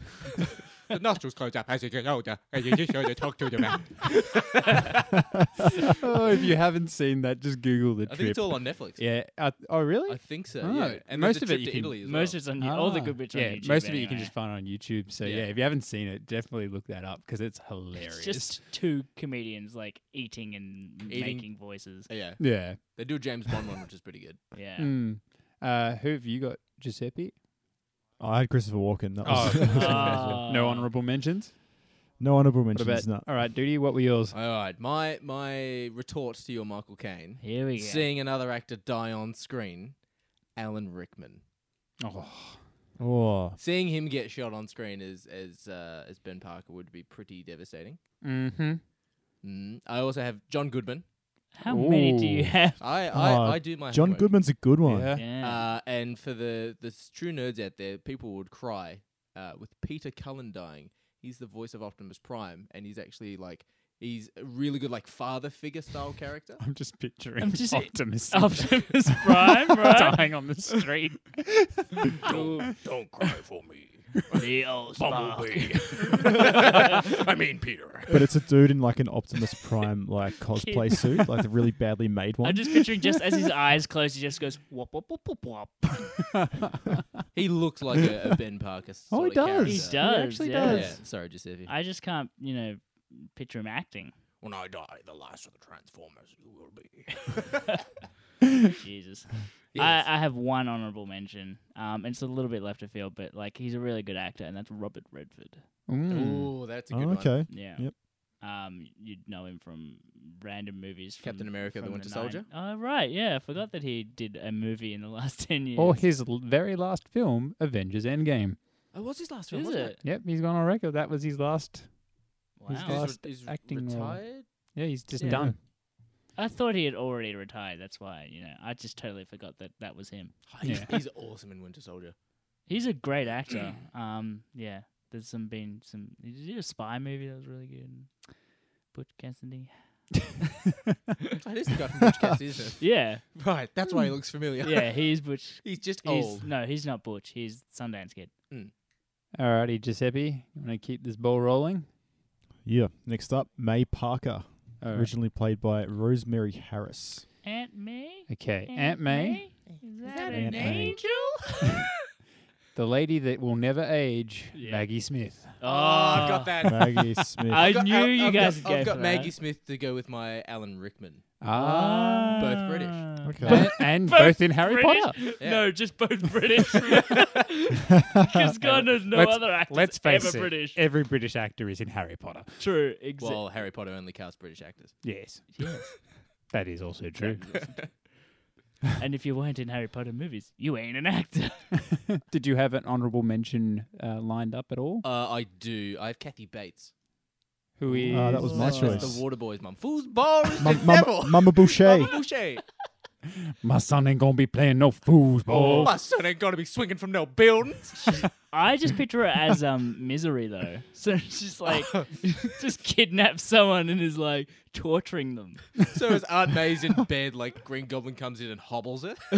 C: The nostrils close up as he gets older, and you just to talk to the man.
A: oh, if you haven't seen that, just Google The
C: I think
A: Trip.
C: it's all on Netflix.
A: yeah. Uh, oh, really?
C: I think so.
A: Oh,
C: yeah. And
A: most
C: most
A: of
C: of
A: it
C: trip
A: you
C: to
A: can-
C: Italy as
D: Most
C: well.
D: of it's on you all the
A: Ah.
D: good bits
A: yeah,
D: on YouTube.
A: most of it you can
D: anyway.
A: just find on YouTube. So yeah,
C: Yeah.
A: if you haven't seen it, definitely look that up because it's hilarious.
D: It's just two comedians like eating and m-
C: Eating.
D: making voices.
A: Mm.
C: yeah.
A: yeah.
C: They do a James Bond one, which is pretty good.
D: Yeah.
A: Mm. Uh, who have you got, Giuseppe?
B: I had Christopher Walken.
C: Oh,
B: That was
D: Ah.
A: no honourable mentions.
B: no honorable
A: What
B: mentions.
A: about?
B: No.
A: All right, Duty. What were yours?
C: All right, my my retort to your Michael Caine,
D: Here we go.
C: seeing another actor die on screen, Alan Rickman.
A: Oh,
B: Oh,
C: Seeing him get shot on screen as as uh, as Ben Parker would be pretty devastating.
A: mm-hmm.
C: Mm. I also have John Goodman.
D: How many do you
A: Ooh.
D: have?
C: I I,
B: Ah,
C: I do my
B: John
C: homework.
B: Goodman's a good one.
A: Yeah.
D: Yeah.
C: Uh, and for the the s- true nerds out there, people would cry uh, with Peter Cullen dying. He's the voice of Optimus Prime, and he's actually like he's a really good like father figure style character.
A: I'm just picturing
D: I'm just-
A: Optimus
D: Optimus Prime, right?
A: dying on the street.
E: Don't, don't cry for me,
D: the old spark.
E: Bumblebee. I mean, Peter.
B: But it's a dude in like an Optimus Prime like cosplay suit, like the really badly made one.
D: I'm just picturing just as his eyes close, he just goes wop wop wop wop wop.
C: He looks like a, a Ben Parker.
A: Oh, he
C: sort of
A: does.
D: He
C: character.
D: does.
A: actually
D: yeah.
A: does.
C: Yeah, sorry, Giuseppe.
D: I just can't, you know, picture him acting.
E: When I die, the last of the Transformers you will be.
D: Jesus.
C: Yes.
D: I, I have one honorable mention. Um, it's a little bit left of field, but like he's a really good actor, and that's Robert Redford. um,
A: Mm.
C: Ooh, that's a good
B: oh,
C: one.
B: okay.
D: Yeah.
B: Yep.
D: Um, you'd know him from random movies. From,
C: Captain America: The
D: from
C: Winter
D: nine-
C: Soldier?
D: Oh right, yeah. I forgot that he did a movie in the last ten years.
A: Or his l- very last film, Avengers Endgame.
C: Oh, what's his last film?
D: is
C: wasn't
D: it?
A: Yep, he's gone on record. That was his last. his
D: Wow.
C: He's,
A: last
C: re- he's
A: acting role.
C: retired.
A: Yeah, he's just
B: Yeah.
A: done.
D: I thought he had already retired. That's why you know I just totally forgot that that was him.
C: He's,
A: Yeah.
C: he's awesome in Winter Soldier.
D: He's a great actor.
C: Mm.
D: um, yeah. There's some been some. He did a spy movie that was really good. Butch Cassidy.
C: That is the guy from Butch Cassidy, isn't it?
D: Yeah,
C: Right, that's why he looks familiar.
D: yeah. He's Butch.
C: he's just
D: He's,
C: old.
D: no, he's not Butch. He's Sundance Kid.
A: Alrighty, Giuseppe, you want to keep this ball rolling?
B: Yeah. Next up, May Parker,
A: All right.
B: originally played by Rosemary Harris.
D: Aunt May.
A: Okay, Aunt May,
D: Is
B: that an Aunt May.
D: Oh,
A: the lady that will never age,
D: Yeah.
A: Maggie Smith.
D: Oh,
C: I've got that.
B: Maggie Smith.
D: I
C: I've got-
D: knew
C: I've-
D: you
C: I've
D: guys
C: Got,
D: would go
C: I've got
D: for
C: Maggie
D: that.
C: Smith to go with my Alan Rickman.
A: Ah,
C: Both British.
B: Okay.
A: But- and Ah. both, in Harry
D: British?
A: Potter.
C: Yeah.
D: No, just both British. Because God knows no
A: Let's-
D: other actors
A: Let's face
D: ever
A: it,
D: British.
A: every British actor is in Harry Potter.
D: True. Exactly.
C: Well, Harry Potter only casts British actors.
A: Yes, that is also true.
D: and if you weren't in Harry Potter movies, you ain't an actor.
A: Did you have an honourable mention uh, lined up at all?
C: Uh, I do. I have Kathy Bates.
A: Who is?
B: Ah, that was my
C: That's
B: choice.
C: the Waterboy's mum. Fool's ball is the
B: Mum- Mum-
C: devil.
B: Mama Boucher.
C: Mama Boucher.
A: My son ain't gonna be playing no foosball.
C: My son ain't gonna be swinging from no buildings.
D: I just picture her as um misery though. So she's like just kidnaps someone and is like torturing them.
C: so as Aunt May's in bed, like Green Goblin comes in and hobbles her.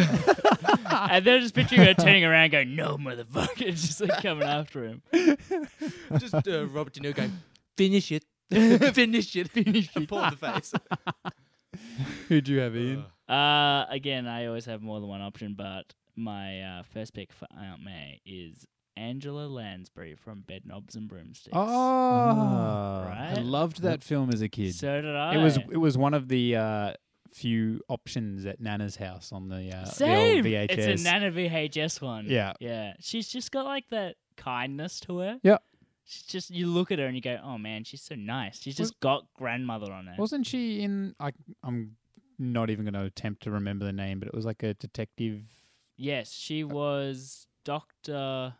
D: And they're just picturing her turning around going, No motherfucker and just like coming after him.
C: Just uh, Robert De Niro going, finish it, finish it, finish it. Pull the face.
A: Who'd you have, Ian?
D: Uh again I always have more than one option, but my uh, first pick for Aunt May is Angela Lansbury from Bed Knobs and Broomsticks.
A: Oh,
D: right.
A: I loved that film as a kid.
D: So did I.
A: it was it was one of the uh, few options at Nana's house on the, uh, the old
D: Same.
A: VHS.
D: It's a Nana VHS one.
A: Yeah.
D: Yeah. She's just got like that kindness to her.
A: Yeah.
D: She's just you look at her and you go, oh man, she's so nice. She's just got grandmother on her.
A: Wasn't she in? I, I'm not even going to attempt to remember the name, but it was like a detective.
D: yes,
A: Uh
D: she was Doctor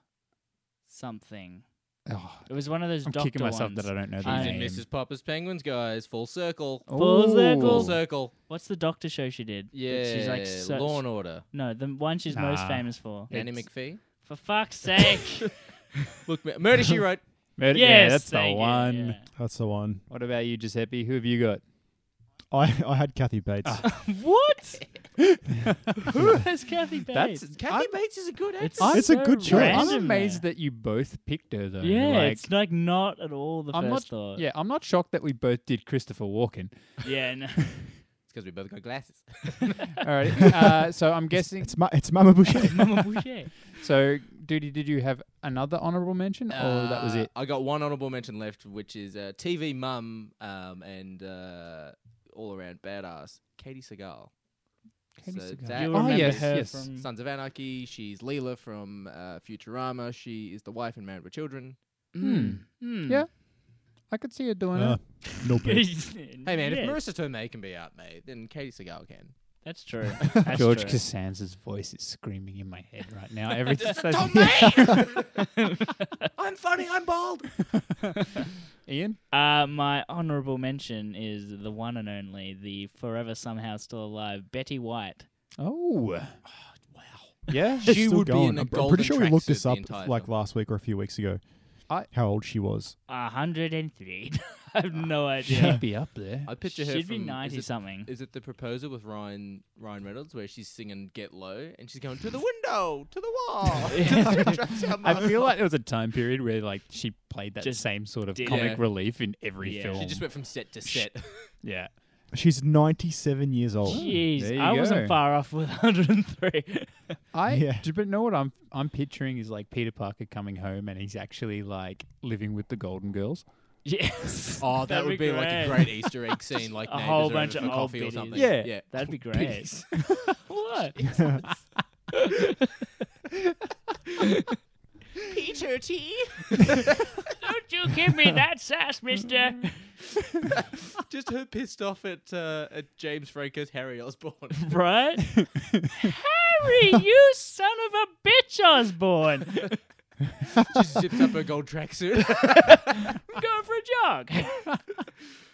D: something.
A: Oh,
D: It was one of those
A: I'm
D: doctor
A: kicking myself
D: ones.
A: that I don't know
C: She's
A: the
D: I-
C: in
A: name.
C: Mrs. Popper's Penguins, guys. Full circle.
D: Full circle.
C: Full circle.
D: What's the doctor show she did?
C: Yeah.
D: That She's like so,
C: Law and Order.
D: No, the one she's most
A: Nah.
D: famous for.
C: Nanny
D: It's-
C: McPhee.
D: For fuck's sake.
C: Look, Ma- Murder She Wrote.
A: Murder- yeah,
D: Yes,
A: that's the
D: thank you,
A: one.
D: yeah.
B: That's the one.
A: What about you, Giuseppe? Who have you got?
B: I, I had Kathy Bates.
D: What? Who has Kathy Bates?
A: That's
C: Kathy Bates is a good actress.
D: I'm
B: It's a good choice.
A: I'm
D: random
A: amazed
D: there.
A: that you both picked her though.
D: yeah,
A: like,
D: it's like not at all the
A: I'm not.
D: first thought.
A: Yeah, I'm not shocked that we both did Christopher Walken.
D: yeah. No.
C: It's because we both got glasses.
A: All right. Uh, so I'm guessing.
B: It's, ma- it's Mama Boucher.
D: Mama Boucher.
A: So, Duty, did you have another honorable mention, or Oh, that was
C: Uh,
A: it?
C: I got one honorable mention left, which is uh, TV mum um, and uh, all around badass Katie Seagal.
A: Katie
C: so
A: Seagal.
C: that-
D: You
C: Oh,
D: remember
A: yes,
D: her
A: yes.
D: from?
C: Sons of Anarchy. She's Leela from uh, Futurama. She is the wife in Married with Children. Mm.
A: Hmm.
D: Hmm.
A: Yeah. I could see her doing
B: Uh,
A: it.
B: no big.
C: Hey man,
D: Yeah,
C: if Marissa Tomei can be out, mate, then Katie Seagal can.
D: That's true. That's
A: George
D: true.
A: Costanza's voice is screaming in my head right now. Every
E: I'm funny, I'm bald.
A: Ian,
D: Uh, my honourable mention is the one and only, the forever somehow still alive Betty White.
A: oh, wow, yeah,
C: She
B: She's still
C: would be in
B: going.
C: a
B: I'm, I'm
C: golden
B: pretty sure we looked
C: tracksuit
B: this
C: the
B: up
C: entire
B: like
C: film.
B: last week or a few weeks ago.
A: I-
B: how old she was.
D: A hundred and three. I have no
A: she'd
D: idea.
A: be up there.
C: I picture her
D: She'd be
C: from- is
D: ninety
C: it-
D: something.
C: Is it the proposal with Ryan Ryan Reynolds where she's singing "Get Low" and she's going to the window, to the wall?
A: I feel like there was a time period where like she played that
D: Just
A: same sort of
D: did
A: comic
C: it.
A: relief in every
D: Yeah.
A: film.
C: she just went from set to set.
A: yeah,
B: She's 97 years
D: Oh,
B: old.
A: there
D: Jeez,
A: you
D: I wasn't
A: go.
D: far off with 103.
A: I
B: Yeah.
A: do, but know what I'm I'm picturing is like Peter Parker coming home and he's actually like living with the Golden Girls.
D: yes.
C: Oh, that
D: That'd
C: would be, like a great Easter egg scene, like
D: A
C: neighbors
D: whole
C: are
D: bunch
C: over
D: of
C: for
D: old
C: coffee or
D: biddies.
C: something.
A: Yeah.
C: yeah.
D: That'd be great.
C: Biddies.
D: what?
E: Peter T.
D: Don't you give me that sass, mister.
C: Just her pissed off at uh, at James Franco's Harry Osborne.
D: right? Harry, you son of a bitch, Osborne.
C: she zips up her gold tracksuit.
D: I'm going for a jog.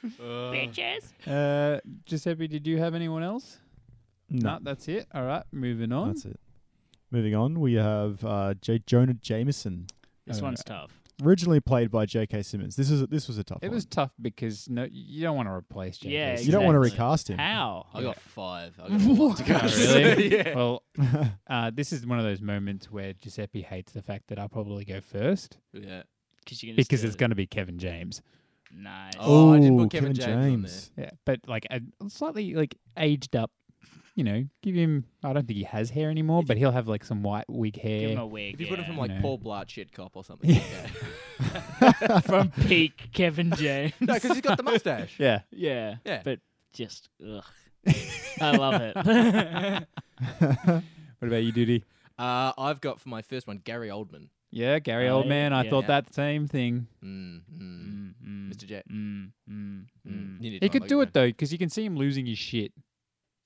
D: Bitches.
A: Uh, Giuseppe, did you have anyone else?
B: No,
A: that's it. All right, moving on.
B: that's it. Moving on, we have uh, J. Jonah Jameson,
D: This
A: Uh,
D: one's tough.
B: originally played by J.K. Simmons. This is this was a tough
A: It
B: one.
A: was tough because no, you don't want to replace James.
D: Yeah,
A: Mason.
B: you don't want to
D: exactly.
B: recast him.
D: How?
C: I got five. I got a lot to go.
A: Oh, really?
C: yeah.
A: Well, uh, this is one of those moments where Giuseppe hates the fact that I'll probably go first
C: yeah.
D: Cause you're gonna
A: because
D: steal
A: it's
D: it.
A: going to be Kevin James.
D: Nice.
C: Oh, I did put
B: Ooh,
C: Kevin James on there.
A: Yeah, but like a slightly like aged up. You know, give him. I don't think he has hair anymore, but he'll have like some white wig
D: Give him
A: hair.
D: a wig.
C: If you put him
D: yeah.
C: from like
A: No.
C: Paul Blart shit cop or something. Yeah.
D: from peak Kevin James.
C: no, because he's got the mustache.
A: Yeah,
D: yeah.
C: Yeah.
D: But just ugh. I love it.
A: What about you, Duty?
C: Uh, I've got for my first one Gary Oldman.
A: Yeah, Gary
D: Oh,
A: Oldman. I
D: yeah.
A: thought that same thing.
C: Mm, mm,
D: Mm, mm,
C: Mr. J.
D: mm, mm,
C: Mm.
D: mm.
C: You need
A: He
C: one
A: could
C: like
A: do
C: that.
A: it though, because you can see him losing his shit.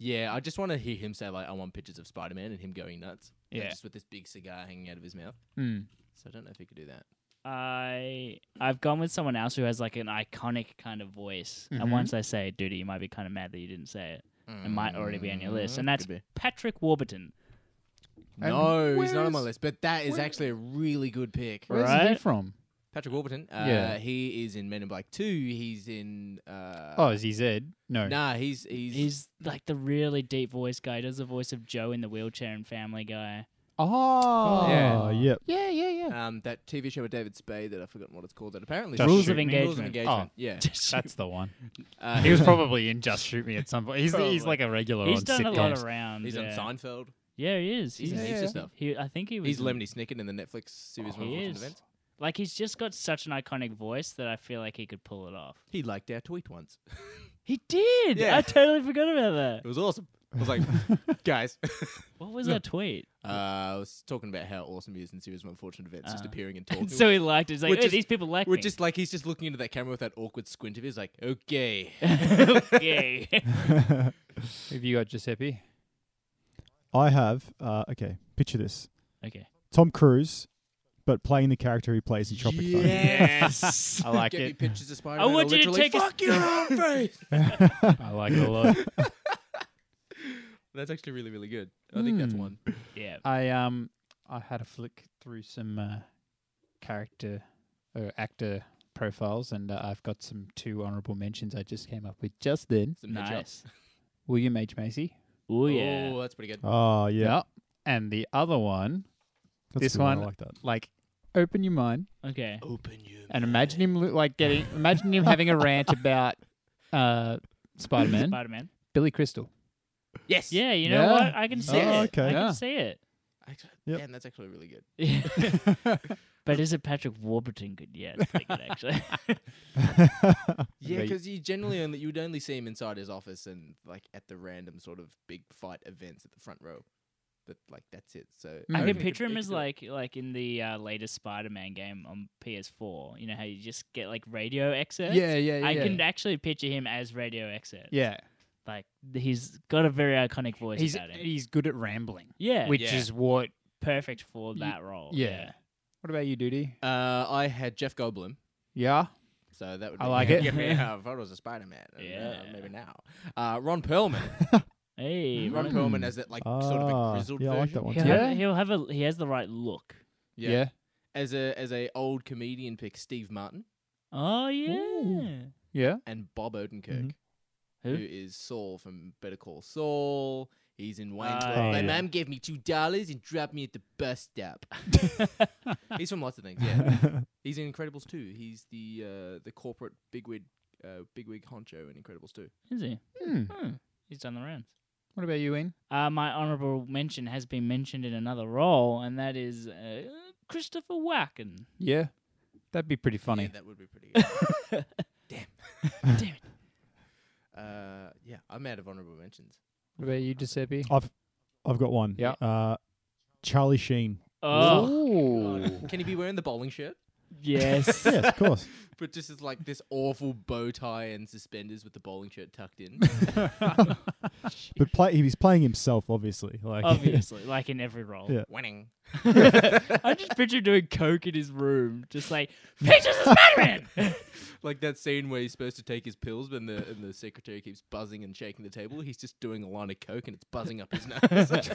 C: Yeah, I just want to hear him say like, "I want pictures of Spider Man" and him going nuts. Like,
A: Yeah.
C: just with this big cigar hanging out of his mouth.
A: Mm.
C: So I don't know if he could do that.
D: I I've gone with someone else who has like an iconic kind of voice.
A: Mhm.
D: And once I say it, dude, you might be kind of mad that you didn't say it. It might already be on your list, and
C: Mm,
D: that's
C: could be.
D: Patrick Warburton.
A: And
C: no, he's not on my
A: where's-
C: list. But that is
A: where-
C: actually a really good pick.
A: Where's he
D: Right?
A: from?
C: Patrick Warburton. Uh,
A: Yeah.
C: he is in Men in Black Two. He's in. Uh,
A: Oh, is he Zed? No.
C: nah, he's he's.
D: He's like the really deep voice guy. He does the voice of Joe in the wheelchair and Family Guy.
A: Oh,
C: Yeah.
B: Oh, yep.
A: yeah, yeah, yeah.
C: um, that TV show with David Spade that I've forgotten what it's called. That apparently
A: Just
D: Rules of
A: Shoot Me.
C: Rules of
D: Engagement.
C: engagement.
A: Oh.
C: Yeah,
A: That's the one.
C: uh,
A: He was probably in Just Shoot Me at some point. He's, he's
D: Probably.
A: like a regular
D: He's
A: on
D: done a
A: sitcoms.
D: lot around.
C: he's
D: yeah.
C: on Seinfeld.
D: Yeah, he is.
C: He's
A: in heaps of
C: stuff.
D: He, I think he was.
C: He's
D: in-
C: Lemony Snicket in the Netflix series
D: He
C: Unfortunate
D: is.
C: Events.
D: Like he's just got such an iconic voice that I feel like he could pull it off.
C: He liked our tweet once.
D: He did.
C: Yeah.
D: I totally forgot about that.
C: It was awesome. I was like, guys.
D: What was that tweet?
C: Uh, I was talking about how awesome he is in series of unfortunate events, just
D: Uh.
C: appearing and talking.
D: so he liked it. He's like,
C: We're
D: "Hey,
C: just-
D: these people like
C: We're
D: me."
C: just like he's just looking into that camera with that awkward squint of his, like, okay.
D: okay.
A: Have you got Giuseppe?
B: I have. Uh, okay, picture this:
D: okay.
B: Tom Cruise, but playing the character he plays in Tropic
D: Yes.
A: I like
C: Get me
A: it.
C: pictures of Spider-Man.
D: I want you to
C: literally,
D: take a-
C: fuck your own face.
A: I like it a lot.
C: That's actually really, really good. I think that's
A: Hmm.
C: one.
D: Yeah.
A: I um I had a flick through some uh, character or actor profiles, and uh, I've got some two honourable mentions I just came up with just then.
C: Some headshots.
D: Nice.
A: William H Macy.
D: Oh yeah.
C: Oh, that's pretty good.
B: Oh yeah,
A: Yep. And the other one,
B: That's
A: This
B: a good I
A: one-
B: like that.
A: like, open your mind
C: Oh.
D: Okay.
C: Open you.
A: and imagine him lo- like getting, imagine him having a rant about uh, Spider Man,
D: Spider Man.
A: Billy Crystal.
C: Yes.
D: Yeah. You know
A: Yeah.
D: what? I can see
B: Oh,
D: it.
B: okay.
D: I
A: Yeah.
D: can see it.
C: Actually,
B: Yep.
C: Damn, that's actually really good.
D: but is it Patrick Warburton good? Yeah, it's pretty good actually.
C: Yeah,
A: They-
C: because you generally only you'd only see him inside his office and like at the random sort of big fight events at the front row. But like that's it. So
A: I
D: I
A: reckon
D: can
A: it
D: picture him as
C: like.
D: like like in the uh, latest Spider-Man game on PS4. You know how you just get like radio excerpts.
A: Yeah, yeah, yeah.
D: I can actually picture him as radio excerpts.
A: yeah,
D: like he's got a very iconic voice
A: he's
D: about him.
A: he's good at rambling,
D: yeah,
A: which
C: Yeah.
A: is what.
D: perfect for
A: Ye-
D: that role.
A: Yeah. What about you, Duty?
C: Uh, I had Jeff Goldblum,
A: Yeah.
C: so that would
A: I
C: be
A: like it.
C: Yeah, yeah, if I was a Spider Man, yeah,
D: Yeah.
C: maybe now. Uh, Ron Perlman,
D: yeah. Hey,
A: Mm-hmm.
C: Ron
D: Ron-
C: Perlman as that like sort of a
B: Ah,
C: grizzled
B: yeah, I
C: version.
B: like that one
D: he'll,
B: too.
A: Yeah.
D: have, he'll have a he has the right look.
C: Yeah. as a as a old comedian pick, Steve Martin
D: Oh yeah.
A: Ooh. Yeah.
C: and Bob Odenkirk,
B: Mhm.
D: Who?
C: who is Saul from Better Call Saul. He's in Wayne's
D: Ah,
C: World. My
B: yeah.
C: mum gave me two dollars and dropped me at the bus stop. He's from lots of things. Yeah, he's in Incredibles 2. He's the uh, the corporate bigwig uh, bigwig honcho in Incredibles 2.
D: Is he?
A: Hmm.
D: Hmm. He's done the rounds.
A: What about you, Ian?
D: Uh, my honorable mention has been mentioned in another role, and that is uh, Christopher Walken.
A: Yeah. That'd be pretty funny.
C: Yeah, that would be pretty good.
D: Damn it.
C: Uh, yeah, I'm out of honorable mentions.
A: What about you, Giuseppe?
B: I've I've got one.
A: Yeah.
B: Uh, Charlie Sheen.
D: Oh
C: Can he be wearing the bowling shirt?
D: yes.
B: yes, of course.
C: But just as like this awful bow tie and suspenders with the bowling shirt tucked in.
B: But play he's playing himself, obviously. Like
D: Obviously, like in every role.
B: Yeah.
C: Winning.
D: I just picture him doing coke in his room, just like pictures of Spider Man.
C: Like that scene where he's supposed to take his pills, but the and the secretary keeps buzzing and shaking the table. He's just doing a line of coke and it's buzzing up his nose.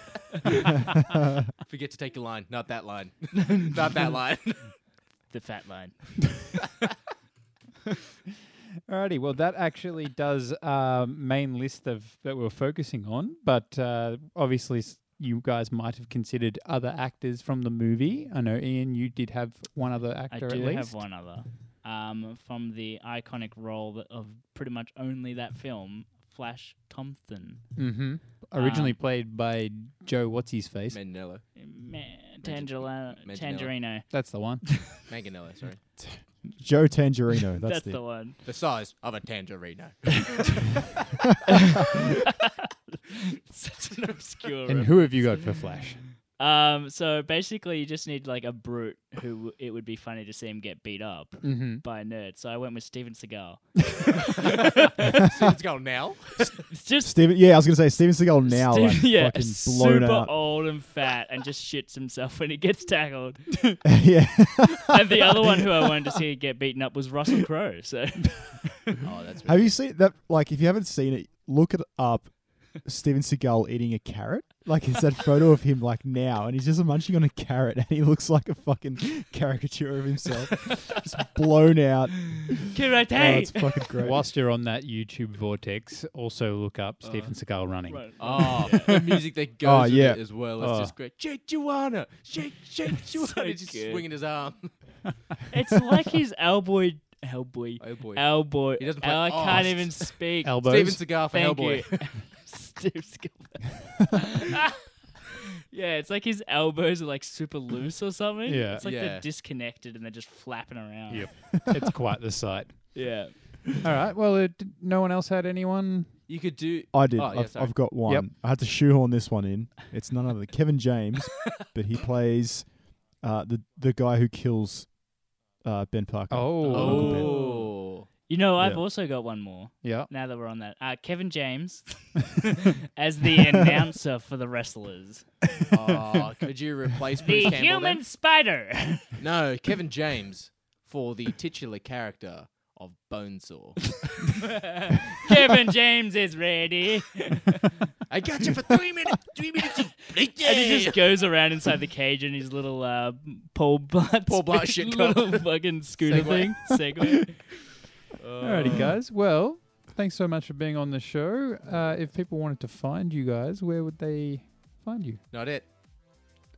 C: Forget to take a line. Not that line. Not that line.
D: the fat line.
A: Alrighty, well, that actually does um, main list of that we are focusing on, but uh, obviously s- you guys might have considered other actors from the movie. I know, Ian, you did have one other
D: I
A: actor
D: do
A: at least.
D: have one other. Um, from the iconic role that- of pretty much only that film, Flash Thompson.
A: Mm-hmm. Originally played by Joe What's His Face.
C: Manganello.
D: Ma- Tangela-
C: Manganiello.
D: Tangerino.
A: That's the one.
C: Manganello, sorry.
B: Joe Tangerino. That's,
D: That's
B: the,
D: the one.
C: The size of a tangerino.
D: Such an obscure
A: and who have you got for Flash?
D: Um, so basically, you just need like a brute who w- it would be funny to see him get beat up
A: Mm-hmm.
D: by a nerd. So I went with Steven Seagal.
C: so let's go now.
D: It's just
B: Steven yeah, I was gonna say Steven Seagal now
D: Steve-
B: like,
D: yeah,
B: fucking blown
D: super
B: out.
D: old and fat, and just shits himself when he gets tackled.
B: yeah.
D: and the other one who I wanted to see get beaten up was Russell Crowe. So
C: Oh, that's
B: Have you seen that like if you haven't seen it, look it up Steven Seagal eating a carrot? Like it's that photo of him like now and he's just munching on a carrot and he looks like a fucking caricature of himself. just blown out.
D: karate.
B: Oh, it's fucking great.
A: Whilst you're on that YouTube vortex, also look up Stephen Seagal running.
D: Right.
C: Oh, the music that goes
B: Oh,
C: with
B: yeah.
C: it as well. It's
B: Oh.
C: just great. Shake Joanna, shake, shake Joanna.
D: So
C: just
D: good.
C: swinging his arm.
D: It's like his Hellboy, Hellboy,
C: Oh boy.
D: Hellboy.
C: He doesn't play-
D: Oh, I can't
C: Oh.
D: even speak.
A: Elbows.
C: Steven Seagal for
D: Thank
C: Hellboy.
D: you. Steve Seagal. Yeah, it's like his elbows are like super loose or something.
A: Yeah.
D: It's like
C: Yeah.
D: they're disconnected and they're just flapping around.
A: Yep. it's quite the sight.
D: Yeah.
A: All right. Well, it, no one else had anyone.
C: You could do.
B: I did.
C: Oh, yeah,
B: I've,
C: sorry.
B: I've got one.
A: Yep.
B: I had to shoehorn this one in. It's none other than Kevin James, but he plays uh, the the guy who kills uh, Ben Parker.
A: Oh.
B: Uncle Ben.
C: Oh.
D: You know, I've
B: Yeah.
D: also got one more.
A: Yeah.
D: Now that we're on that, uh, Kevin James as the announcer for the wrestlers,
C: oh, could you replace
D: the
C: Bruce Campbell? then?
D: Human Spider.
C: No, Kevin James for the titular character of Bonesaw.
D: Kevin James is ready,
C: I got you for three minutes. Three minutes of bleak
D: and he just goes around inside the cage in his little uh, Paul Blart,
C: Paul Blart shit car.
D: little fucking scooter
C: Segway.
D: thing. Segway.
A: Alrighty, guys. Well, thanks so much for being on the show. Uh, if people wanted to find you guys, where would they find you?
C: Not it.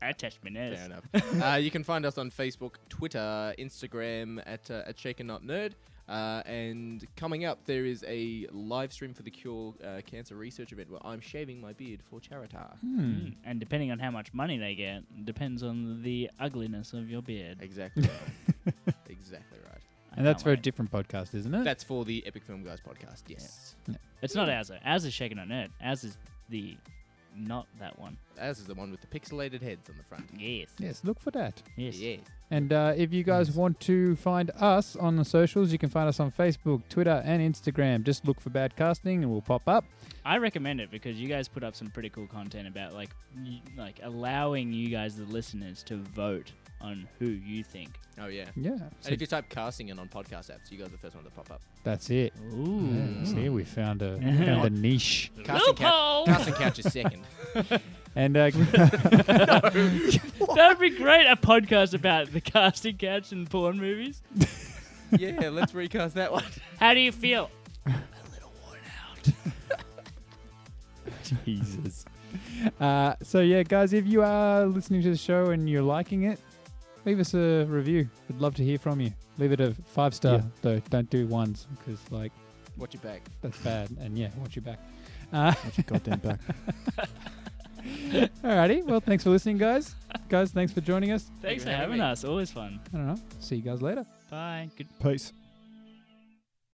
D: I touched my nose.
C: Fair enough. uh, you can find us on Facebook, Twitter, Instagram at uh, at Shaken Not Nerd. Uh, and coming up, there is a live stream for the Cure uh, Cancer Research event where I'm shaving my beard for charity.
A: Hmm,
D: Mm, And depending on how much money they get, depends on the ugliness of your beard.
C: Exactly. right. exactly right.
D: I
A: And that's
D: can't
A: for a
D: wait.
A: different podcast, isn't it?
C: That's for the Epic Film Guys podcast. Yes.
D: It's not ours though. Ours is shaken on nerd. Ours is the not that one.
C: As is the one with the pixelated heads on the front.
D: Yes.
A: yes, look for that.
D: Yes.
C: Yes.
A: And uh, if you guys want to find us on the socials, you can find us on Facebook, Twitter, and Instagram. Just look for Bad Casting and we'll pop up.
D: I recommend it because you guys put up some pretty cool content about like y- like allowing you guys the listeners to vote on who you think.
C: Oh yeah.
A: Yeah,
C: And
A: so
C: if you type casting in on podcast apps, you guys are the first one to pop up.
A: that's it.
D: Ooh.
A: Yeah, see, we found a, found a niche.
C: Casting,
D: Loophole!
C: casting couch is second.
A: And uh,
D: That'd be great a podcast about the casting couch and porn movies.
C: yeah, let's recast that one.
D: How do you feel?
A: Jesus. Uh, so yeah, guys, if you are listening to the show and you're liking it, leave us a review. We'd love to hear from you. Leave it a five star
B: Yeah.
A: though. Don't do ones because like
C: Watch your back.
A: that's bad. And yeah, watch your back. Uh,
B: Watch your goddamn back.
A: alrighty. Well, thanks for listening, guys. Guys, thanks for joining us.
D: Thanks
C: for
D: for
C: having
D: having
C: me.
D: us. Always fun.
A: I don't know. See you guys later.
D: Bye. Good
B: Peace.